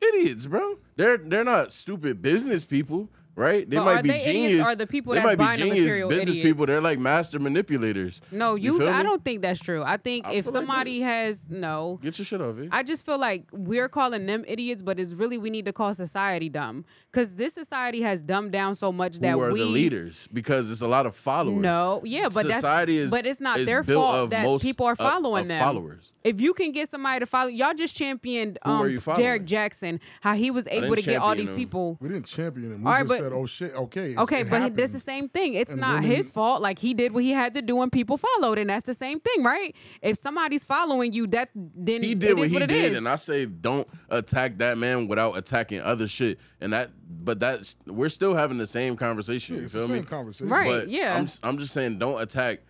Speaker 3: idiots, bro. They're they're not stupid business people, right? They
Speaker 1: But
Speaker 3: might
Speaker 1: are
Speaker 3: be
Speaker 1: they idiots
Speaker 3: genius.
Speaker 1: or the people
Speaker 3: they
Speaker 1: that's
Speaker 3: might be
Speaker 1: buying the
Speaker 3: genius
Speaker 1: material
Speaker 3: business
Speaker 1: idiots?
Speaker 3: people. They're like master manipulators.
Speaker 1: No, you.
Speaker 3: feel
Speaker 1: I
Speaker 3: me?
Speaker 1: don't think that's true. I think if
Speaker 3: feel like
Speaker 1: somebody has no,
Speaker 3: get your shit off it.
Speaker 1: I just feel like we're calling them idiots, but it's really we need to call society dumb because this society has dumbed down so much that
Speaker 3: who are
Speaker 1: we
Speaker 3: the leaders? Because it's a lot of followers.
Speaker 1: No, yeah, but
Speaker 3: society
Speaker 1: that's,
Speaker 3: is
Speaker 1: but it's not
Speaker 3: is
Speaker 1: their
Speaker 3: built
Speaker 1: fault
Speaker 3: of
Speaker 1: that
Speaker 3: most
Speaker 1: people are
Speaker 3: of-
Speaker 1: following
Speaker 3: of
Speaker 1: them.
Speaker 3: followers.
Speaker 1: If you can get somebody to follow, y'all just championed
Speaker 3: Who are
Speaker 1: um,
Speaker 3: you following?
Speaker 1: Derek Jackson, how he was able
Speaker 3: didn't
Speaker 1: to get all
Speaker 3: champion
Speaker 1: these
Speaker 3: him.
Speaker 1: people.
Speaker 2: We didn't champion him. We
Speaker 1: All right,
Speaker 2: just
Speaker 1: but-
Speaker 2: said, oh shit, okay. it's-
Speaker 1: Okay,
Speaker 2: it
Speaker 1: but he- that's
Speaker 2: happened.
Speaker 1: the same thing. It's
Speaker 2: And
Speaker 1: not
Speaker 2: women-
Speaker 1: his fault. Like he did what he had to do, and people followed, and that's the same thing, right? If somebody's following you, that then
Speaker 3: He
Speaker 1: it
Speaker 3: did what
Speaker 1: is
Speaker 3: he
Speaker 1: it
Speaker 3: did,
Speaker 1: is.
Speaker 3: and I say don't attack that man without attacking other shit. And that, but that's we're still having the same conversation. you
Speaker 2: It's
Speaker 3: feel
Speaker 2: the same
Speaker 3: me?
Speaker 2: conversation.
Speaker 1: Right.
Speaker 3: But
Speaker 1: yeah.
Speaker 3: I'm, s- I'm just saying, don't attack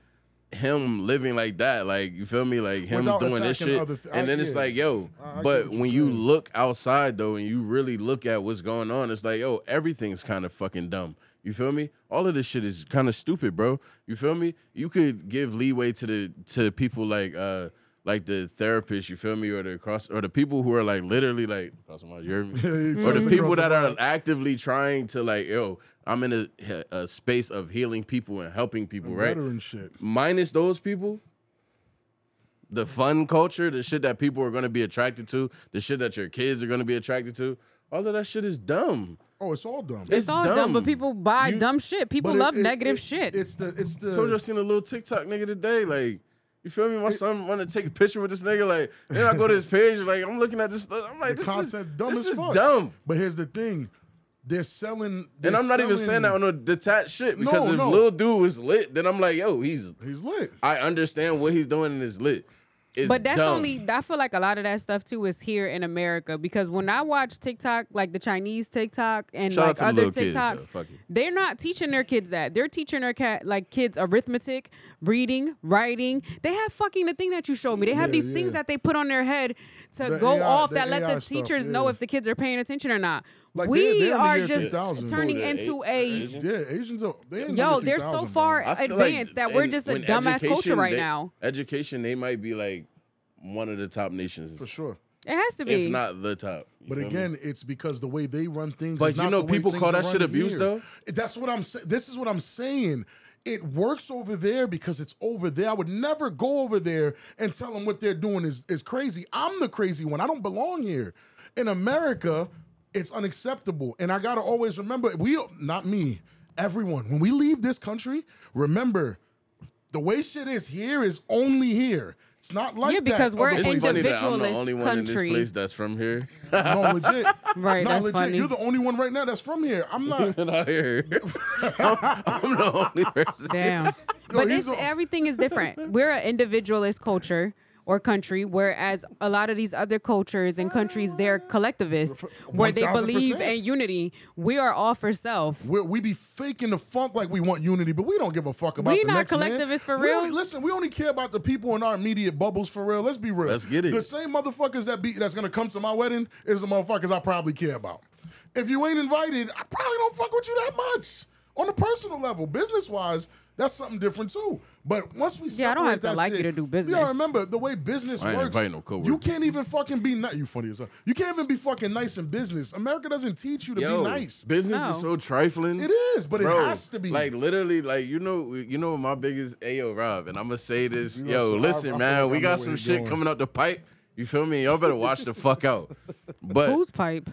Speaker 3: him living like that. Like, you feel me? Like him
Speaker 2: Without
Speaker 3: doing this
Speaker 2: attacking
Speaker 3: shit.
Speaker 2: other th- I-
Speaker 3: and then it's
Speaker 2: yeah.
Speaker 3: like, yo,
Speaker 2: I- I
Speaker 3: but
Speaker 2: get what you're
Speaker 3: when you
Speaker 2: saying.
Speaker 3: look outside though and you really look at what's going on, it's like, yo, everything's kind of fucking dumb. You feel me? All of this shit is kind of stupid, bro. You feel me? You could give leeway to the to the people like uh like the therapists, you feel me, or the cross or the people who are like literally like cross my mind, you hear me?
Speaker 2: Yeah,
Speaker 3: or
Speaker 2: yeah.
Speaker 3: the people that are actively trying to like, yo, I'm in a, a space of healing people and helping people, right?
Speaker 2: Veteran shit.
Speaker 3: minus those people, the fun culture, the shit that people are gonna be attracted to, the shit that your kids are gonna be attracted to, all of that shit is dumb.
Speaker 2: Oh, it's all dumb.
Speaker 1: it's all dumb. but people buy
Speaker 3: You-
Speaker 1: dumb shit. People
Speaker 2: But it-
Speaker 1: love
Speaker 2: it-
Speaker 1: negative
Speaker 2: it-
Speaker 1: shit.
Speaker 2: It's the it's the
Speaker 3: Told you I seen a little TikTok nigga today, like. You feel me? My son wanna take a picture with this nigga. Like, then I go to his page. Like, I'm looking at this. stuff, I'm like,
Speaker 2: the
Speaker 3: this
Speaker 2: concept
Speaker 3: is
Speaker 2: dumb
Speaker 3: this
Speaker 2: as
Speaker 3: is
Speaker 2: fuck.
Speaker 3: dumb.
Speaker 2: But here's the thing, they're selling.
Speaker 3: And
Speaker 2: they're
Speaker 3: I'm not even
Speaker 2: selling-
Speaker 3: saying that on a detached shit because
Speaker 2: No,
Speaker 3: if
Speaker 2: no.
Speaker 3: Lil dude was lit, then I'm like, yo, he's.
Speaker 2: He's lit.
Speaker 3: I understand what he's doing and is lit. It's
Speaker 1: but that's
Speaker 3: dumb.
Speaker 1: only I feel like a lot of that stuff too is here in America because when I watch TikTok, like the Chinese TikTok and
Speaker 3: Shout out
Speaker 1: like
Speaker 3: to the
Speaker 1: other
Speaker 3: little kids, though.
Speaker 1: TikToks,
Speaker 3: Fuck it.
Speaker 1: they're not teaching their kids that. They're teaching their cat like kids arithmetic, reading, writing. They have fucking the thing that you showed me. They have
Speaker 2: Yeah,
Speaker 1: these
Speaker 2: yeah.
Speaker 1: things that they put on their head to
Speaker 2: The
Speaker 1: go
Speaker 2: AI
Speaker 1: off
Speaker 2: the
Speaker 1: that let
Speaker 2: AI
Speaker 1: the
Speaker 2: stuff,
Speaker 1: teachers know
Speaker 2: yeah.
Speaker 1: if the kids are paying attention or not.
Speaker 2: Like,
Speaker 1: we
Speaker 2: they're- they're in the
Speaker 1: are
Speaker 2: year
Speaker 1: just
Speaker 2: 2000.
Speaker 1: turning
Speaker 3: Who, the
Speaker 1: into
Speaker 3: eight-
Speaker 1: a
Speaker 3: Asian?
Speaker 2: Yeah, Asians are. They ain't
Speaker 1: yo.
Speaker 2: under
Speaker 1: They're so
Speaker 2: 3,000,
Speaker 1: far
Speaker 2: bro.
Speaker 3: I feel
Speaker 1: advanced
Speaker 3: like
Speaker 1: that we're
Speaker 3: in-
Speaker 1: just a
Speaker 3: when
Speaker 1: dumbass culture
Speaker 3: education,
Speaker 1: right
Speaker 3: they-
Speaker 1: now.
Speaker 3: Education, they might be like one of the top nations,
Speaker 2: for sure.
Speaker 1: It has to be.
Speaker 3: if not the top. You
Speaker 2: But
Speaker 3: feel me?
Speaker 2: again, it's because the way they run things.
Speaker 3: But
Speaker 2: is
Speaker 3: you
Speaker 2: not
Speaker 3: know
Speaker 2: the way
Speaker 3: people
Speaker 2: things
Speaker 3: call
Speaker 2: are
Speaker 3: that shit
Speaker 2: run
Speaker 3: abuse,
Speaker 2: here.
Speaker 3: though?
Speaker 2: That's what I'm. saying. This is what I'm saying. It works over there because it's over there. I would never go over there and tell them what they're doing is is crazy. I'm the crazy one. I don't belong here. In America, it's unacceptable, and I gotta always remember we not me. Everyone, when we leave this country, remember the way shit is here is only here. It's not like
Speaker 1: Yeah,
Speaker 2: that
Speaker 1: because we're
Speaker 2: other
Speaker 3: it's
Speaker 2: places.
Speaker 3: funny that I'm the
Speaker 1: individualist
Speaker 3: only one in
Speaker 1: country.
Speaker 3: this place that's from here.
Speaker 2: No, legit.
Speaker 1: Right,
Speaker 2: No,
Speaker 1: that's
Speaker 2: legit.
Speaker 1: funny.
Speaker 2: You're the only one right now that's from here. I'm not.
Speaker 3: Even out here. I'm, I'm the only person.
Speaker 1: Damn. but
Speaker 2: he's
Speaker 1: this,
Speaker 2: a-
Speaker 1: everything is different. We're an individualist culture or country, whereas a lot of these other cultures and countries, they're collectivists, where they
Speaker 2: 1000%.
Speaker 1: believe in unity. We are all for self.
Speaker 2: We're, we be faking the funk like we want unity, but we don't give a fuck about.
Speaker 1: We
Speaker 2: the
Speaker 1: not
Speaker 2: next man.
Speaker 1: collectivists for
Speaker 2: We
Speaker 1: real.
Speaker 2: only- listen, we only care about the people in our immediate bubbles for real. Let's be real.
Speaker 3: Let's get it.
Speaker 2: The same motherfuckers that be that's gonna come to my wedding is the motherfuckers I probably care about. If you ain't invited, I probably don't fuck with you that much on a personal level. Business wise, that's something different too. But once we
Speaker 1: Yeah, I don't have
Speaker 2: separate
Speaker 1: to
Speaker 2: that
Speaker 1: like you
Speaker 2: shit,
Speaker 1: to do
Speaker 2: We gotta
Speaker 1: business.
Speaker 2: remember the way business
Speaker 3: I ain't
Speaker 2: works.
Speaker 3: inviting no coworkers.
Speaker 2: you can't even fucking be nice. You funny as hell. You can't even be fucking nice in business. America doesn't teach you to
Speaker 3: Yo,
Speaker 2: be nice.
Speaker 3: business is
Speaker 1: No.
Speaker 3: so trifling.
Speaker 2: It is, but it
Speaker 3: Bro,
Speaker 2: has to be.
Speaker 3: Like literally, like you know, you know my biggest Ayo Rob, and I'm gonna say this.
Speaker 2: You know,
Speaker 3: yo,
Speaker 2: so I- I
Speaker 3: listen,
Speaker 2: feel
Speaker 3: man,
Speaker 2: like I
Speaker 3: we
Speaker 2: know
Speaker 3: got
Speaker 2: where
Speaker 3: some
Speaker 2: you're
Speaker 3: shit
Speaker 2: going.
Speaker 3: coming up the pipe. You feel me? Y'all better watch the fuck out. But
Speaker 1: Who's pipe?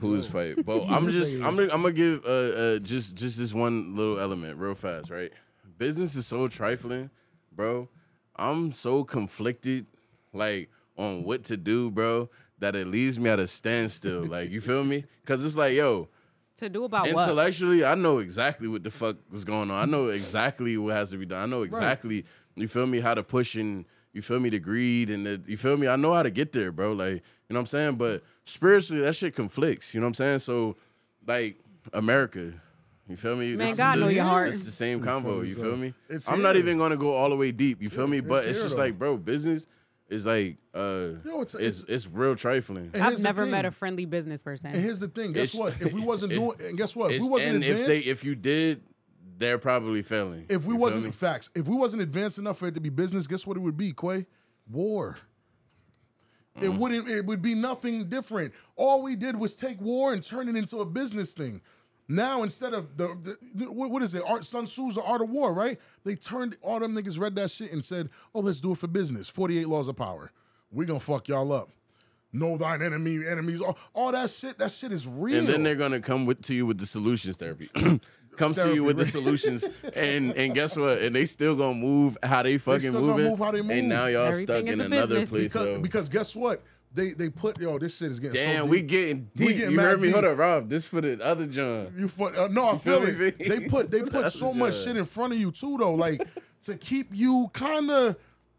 Speaker 3: Who's fight? But I'm just
Speaker 2: is.
Speaker 3: I'm gonna, I'm gonna give uh, uh just just this one little element real fast, right? Business is so trifling, bro. I'm so conflicted, like on what to do, bro, that it leaves me at a standstill. like you feel me? Because it's like, yo,
Speaker 1: To do about what?
Speaker 3: intellectually, I know exactly what the fuck is going on. I know exactly what has to be done. I know exactly, you feel me, how to push and you feel me, the greed and the, you feel me. I know how to get there, bro. Like, you know what I'm saying? But spiritually, that shit conflicts. You know what I'm saying? So, like, America, You feel me?
Speaker 1: Man,
Speaker 3: This is
Speaker 1: God
Speaker 3: the-
Speaker 1: know your heart.
Speaker 3: It's the same combo. You feel me?
Speaker 2: It's
Speaker 3: I'm not
Speaker 2: here.
Speaker 3: even gonna go all the way deep. You feel me? But
Speaker 2: it's
Speaker 3: it's, just
Speaker 2: here,
Speaker 3: like, bro, business is like, uh,
Speaker 2: Yo, it's-
Speaker 3: it's, it's real trifling.
Speaker 2: And here's
Speaker 1: I've
Speaker 2: the
Speaker 1: never
Speaker 2: thing.
Speaker 1: met a friendly business person.
Speaker 2: And here's the thing.
Speaker 3: It's-
Speaker 2: Guess what? If we wasn't
Speaker 3: it-
Speaker 2: doing, and guess what? If
Speaker 3: It's-
Speaker 2: we wasn't
Speaker 3: and
Speaker 2: advanced,
Speaker 3: if they, if you did, they're probably failing.
Speaker 2: If we
Speaker 3: You feel
Speaker 2: wasn't
Speaker 3: me?
Speaker 2: facts, if we wasn't advanced enough for it to be business, guess what it would be, Quay? War. It
Speaker 3: Mm.
Speaker 2: wouldn't. It would be nothing different. All we did was take war and turn it into a business thing. Now instead of the, the what, what is it? Art, Sun Tzu's The Art of War, right? They turned all them niggas read that shit and said, "Oh, let's do it for business." Forty eight laws of power. We gonna fuck y'all up. Know thine enemy, enemies, all, all that shit. That shit is real.
Speaker 3: and then they're gonna come with to you with the solutions therapy. Come to
Speaker 2: Therapy,
Speaker 3: you with the
Speaker 2: right.
Speaker 3: solutions, and and guess what? And they still gonna move how they fucking
Speaker 2: still gonna
Speaker 3: moving,
Speaker 2: move how they move.
Speaker 3: and now y'all stuck
Speaker 1: Everything is
Speaker 3: in
Speaker 1: a
Speaker 3: another
Speaker 1: business.
Speaker 3: place.
Speaker 2: because,
Speaker 3: so.
Speaker 2: because guess what? They they put yo. This shit is getting so
Speaker 3: Damn,
Speaker 2: deep.
Speaker 3: we getting deep.
Speaker 2: getting
Speaker 3: you
Speaker 2: mad
Speaker 3: heard me?
Speaker 2: deep.
Speaker 3: Hold up, Rob. This for the other John.
Speaker 2: You fu- uh, no, I
Speaker 3: feel
Speaker 2: feel,
Speaker 3: me,
Speaker 2: it.
Speaker 3: Vinny?
Speaker 2: They put they put
Speaker 3: That's
Speaker 2: so
Speaker 3: a
Speaker 2: much
Speaker 3: judge.
Speaker 2: shit in front of you too, though, like to keep you kind of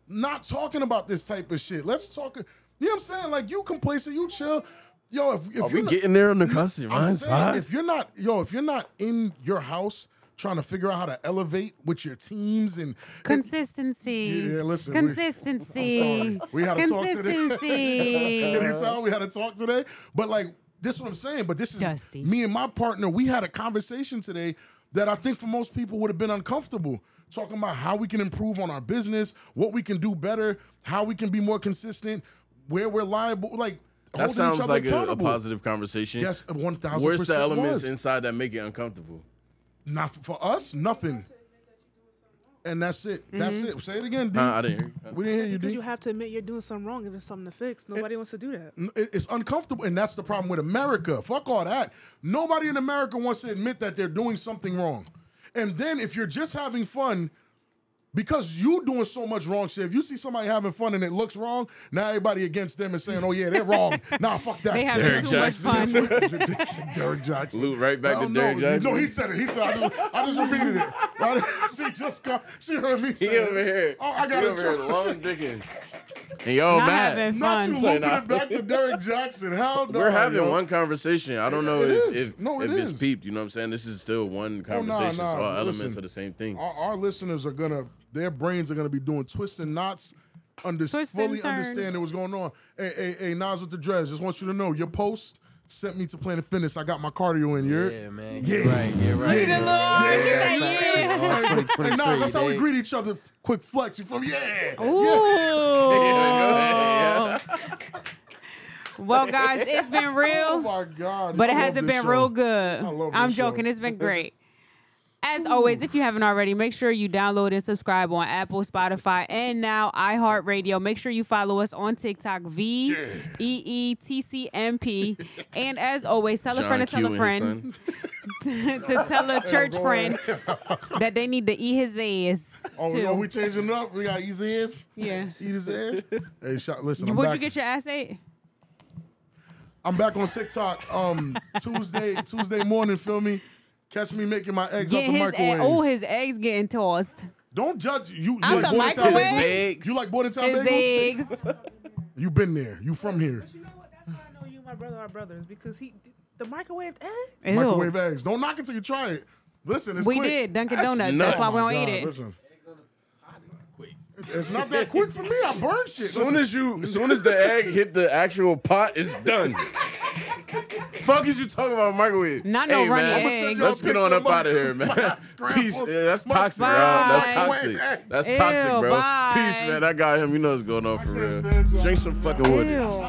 Speaker 2: not talking about this type of shit. Let's talk. You know what I'm saying? Like you complacent, you chill. Yo, if,
Speaker 3: Are
Speaker 2: if you're
Speaker 3: we
Speaker 2: not,
Speaker 3: getting there on the custom?
Speaker 2: I'm
Speaker 3: Mine's
Speaker 2: saying,
Speaker 3: fine.
Speaker 2: if you're not yo, if you're not in your house trying to figure out how to elevate with your teams and
Speaker 1: Consistency.
Speaker 2: Yeah, listen, we-
Speaker 1: Consistency.
Speaker 2: I'm sorry. We had to talk to the- Did
Speaker 1: Consistency.
Speaker 2: you tell we had to talk today? But like this is what I'm saying. But this is
Speaker 1: Dusty.
Speaker 2: me and my partner. We had a conversation today that I think for most people would have been uncomfortable. Talking about how we can improve on our business, what we can do better, how we can be more consistent, where we're liable. Like
Speaker 3: That
Speaker 2: holding each
Speaker 3: sounds
Speaker 2: other
Speaker 3: like a, a
Speaker 2: accountable.
Speaker 3: positive conversation.
Speaker 2: Yes, one thousand.
Speaker 3: Where's the elements inside that make it uncomfortable?
Speaker 2: Not for, for us, nothing. And that's it. That's
Speaker 1: Mm-hmm.
Speaker 2: it. Say it again, D.
Speaker 3: Huh, I didn't hear. you.
Speaker 2: we didn't hear you, D.
Speaker 6: Because you have to admit you're doing something wrong if it's something to fix. Nobody wants to do that.
Speaker 2: Eh, N- it- it's uncomfortable, and that's the problem with America. Fuck all that. Nobody in America wants to admit that they're doing something wrong. And then if you're just having fun, because you doing so much wrong shit, if you see somebody having fun and it looks wrong, now everybody against them is saying, "Oh yeah, they're wrong." nah, fuck that.
Speaker 1: They have
Speaker 3: Derrick
Speaker 1: too
Speaker 3: Jackson.
Speaker 1: much fun.
Speaker 2: Derrick Jackson.
Speaker 3: Loop right back to
Speaker 2: Hell no.
Speaker 3: Derrick Jackson.
Speaker 2: No, he said it. He said, "I just, I just repeated it." Right? she just got, she heard me say
Speaker 3: He over
Speaker 2: it.
Speaker 3: here.
Speaker 2: Oh, I got
Speaker 3: he
Speaker 2: to
Speaker 3: over here
Speaker 2: try-
Speaker 3: long dicking. And y'all
Speaker 1: Not
Speaker 3: mad.
Speaker 1: having
Speaker 2: Not
Speaker 1: Fun.
Speaker 2: you looping
Speaker 3: Say
Speaker 2: it
Speaker 3: nah.
Speaker 2: back to Derrick Jackson. Hell no.
Speaker 3: We're having
Speaker 2: yo.
Speaker 3: one conversation. I don't
Speaker 2: It-
Speaker 3: know
Speaker 2: it
Speaker 3: if,
Speaker 2: is.
Speaker 3: if,
Speaker 2: No, it
Speaker 3: if it's
Speaker 2: is.
Speaker 3: peeped. You know what I'm saying? This is still one
Speaker 2: Oh, nah,
Speaker 3: conversation. It's
Speaker 2: nah,
Speaker 3: all elements
Speaker 2: listen.
Speaker 3: of the same thing.
Speaker 2: our, our listeners are gonna their brains are gonna be doing twists and knots under
Speaker 1: Twists and
Speaker 2: fully
Speaker 1: turns.
Speaker 2: understanding what's going on hey hey hey Nas with the dress just want you to know your post sent me to Planet Fitness I got my cardio in you
Speaker 7: Yeah,
Speaker 2: yeah.
Speaker 7: man. You're right. You're right.
Speaker 1: Look at the Lord. You say, yeah.
Speaker 2: Hey, hey, Nas, that's how we
Speaker 7: dig?
Speaker 2: greet each other. Quick flex, you from yeah.
Speaker 1: Ooh. well, guys, it's been
Speaker 2: Oh
Speaker 1: real,
Speaker 2: my god!
Speaker 1: but
Speaker 2: I
Speaker 1: it
Speaker 2: love
Speaker 1: hasn't
Speaker 2: this
Speaker 1: been
Speaker 2: show.
Speaker 1: real good.
Speaker 2: love
Speaker 1: I'm
Speaker 2: this show.
Speaker 1: joking. It's been great. As always, if you haven't already, make sure you download and subscribe on Apple, Spotify, and now iHeartRadio. Make sure you follow us on TikTok, V E E T C M P. And as always, tell a friend to
Speaker 3: John
Speaker 1: tell
Speaker 3: Q
Speaker 1: a
Speaker 3: and his
Speaker 1: friend
Speaker 3: son.
Speaker 1: to tell a church friend that they need to eat his ass.
Speaker 2: Oh,
Speaker 1: too.
Speaker 2: no, we changing it up. We got easy ass.
Speaker 1: yeah.
Speaker 2: Eat his ass. Hey, shot. Listen, I'm
Speaker 1: Would
Speaker 2: back.
Speaker 1: you get your ass ate?
Speaker 2: I'm back on TikTok. Um, Tuesday, Tuesday morning. Feel me? Catch me making my eggs out
Speaker 1: Get
Speaker 2: the
Speaker 1: his
Speaker 2: microwave.
Speaker 1: egg, oh, his eggs getting tossed.
Speaker 2: Don't judge you. You
Speaker 1: Out
Speaker 2: like
Speaker 1: the
Speaker 2: Border Town
Speaker 1: microwave?
Speaker 2: bagels?
Speaker 3: Eggs.
Speaker 2: You like Border Town
Speaker 1: His
Speaker 2: bagels?
Speaker 1: eggs.
Speaker 2: You been there. You from here?
Speaker 6: But you know what? That's why I know you, and my brother, are brothers because he the microwaved eggs.
Speaker 2: Microwave
Speaker 1: Ew.
Speaker 2: eggs. Don't knock it till you try it. Listen, it's
Speaker 1: We
Speaker 2: quick.
Speaker 1: did Dunkin'
Speaker 3: That's
Speaker 1: Donuts. That's why
Speaker 3: nuts.
Speaker 1: we
Speaker 2: Oh
Speaker 1: don't
Speaker 2: my God,
Speaker 1: eat it.
Speaker 2: Listen, it's not that quick for me. I burn shit.
Speaker 3: Soon
Speaker 2: Listen,
Speaker 3: as you, soon as the egg hit the actual pot, it's done. Fuck is you talking about microwave?
Speaker 1: Not no runny
Speaker 3: man,
Speaker 1: eggs.
Speaker 3: Let's get on up out of here, man.
Speaker 2: Scrambled.
Speaker 3: Peace. Yeah, that's
Speaker 2: My
Speaker 3: toxic, bro.
Speaker 1: Bye.
Speaker 3: That's toxic. That's
Speaker 1: Ew,
Speaker 3: toxic, bro.
Speaker 1: bye.
Speaker 3: Peace, man. I got him. You know what's going on for
Speaker 2: can't
Speaker 3: real.
Speaker 2: stand y'all.
Speaker 3: Drink some fucking water.
Speaker 1: Ew.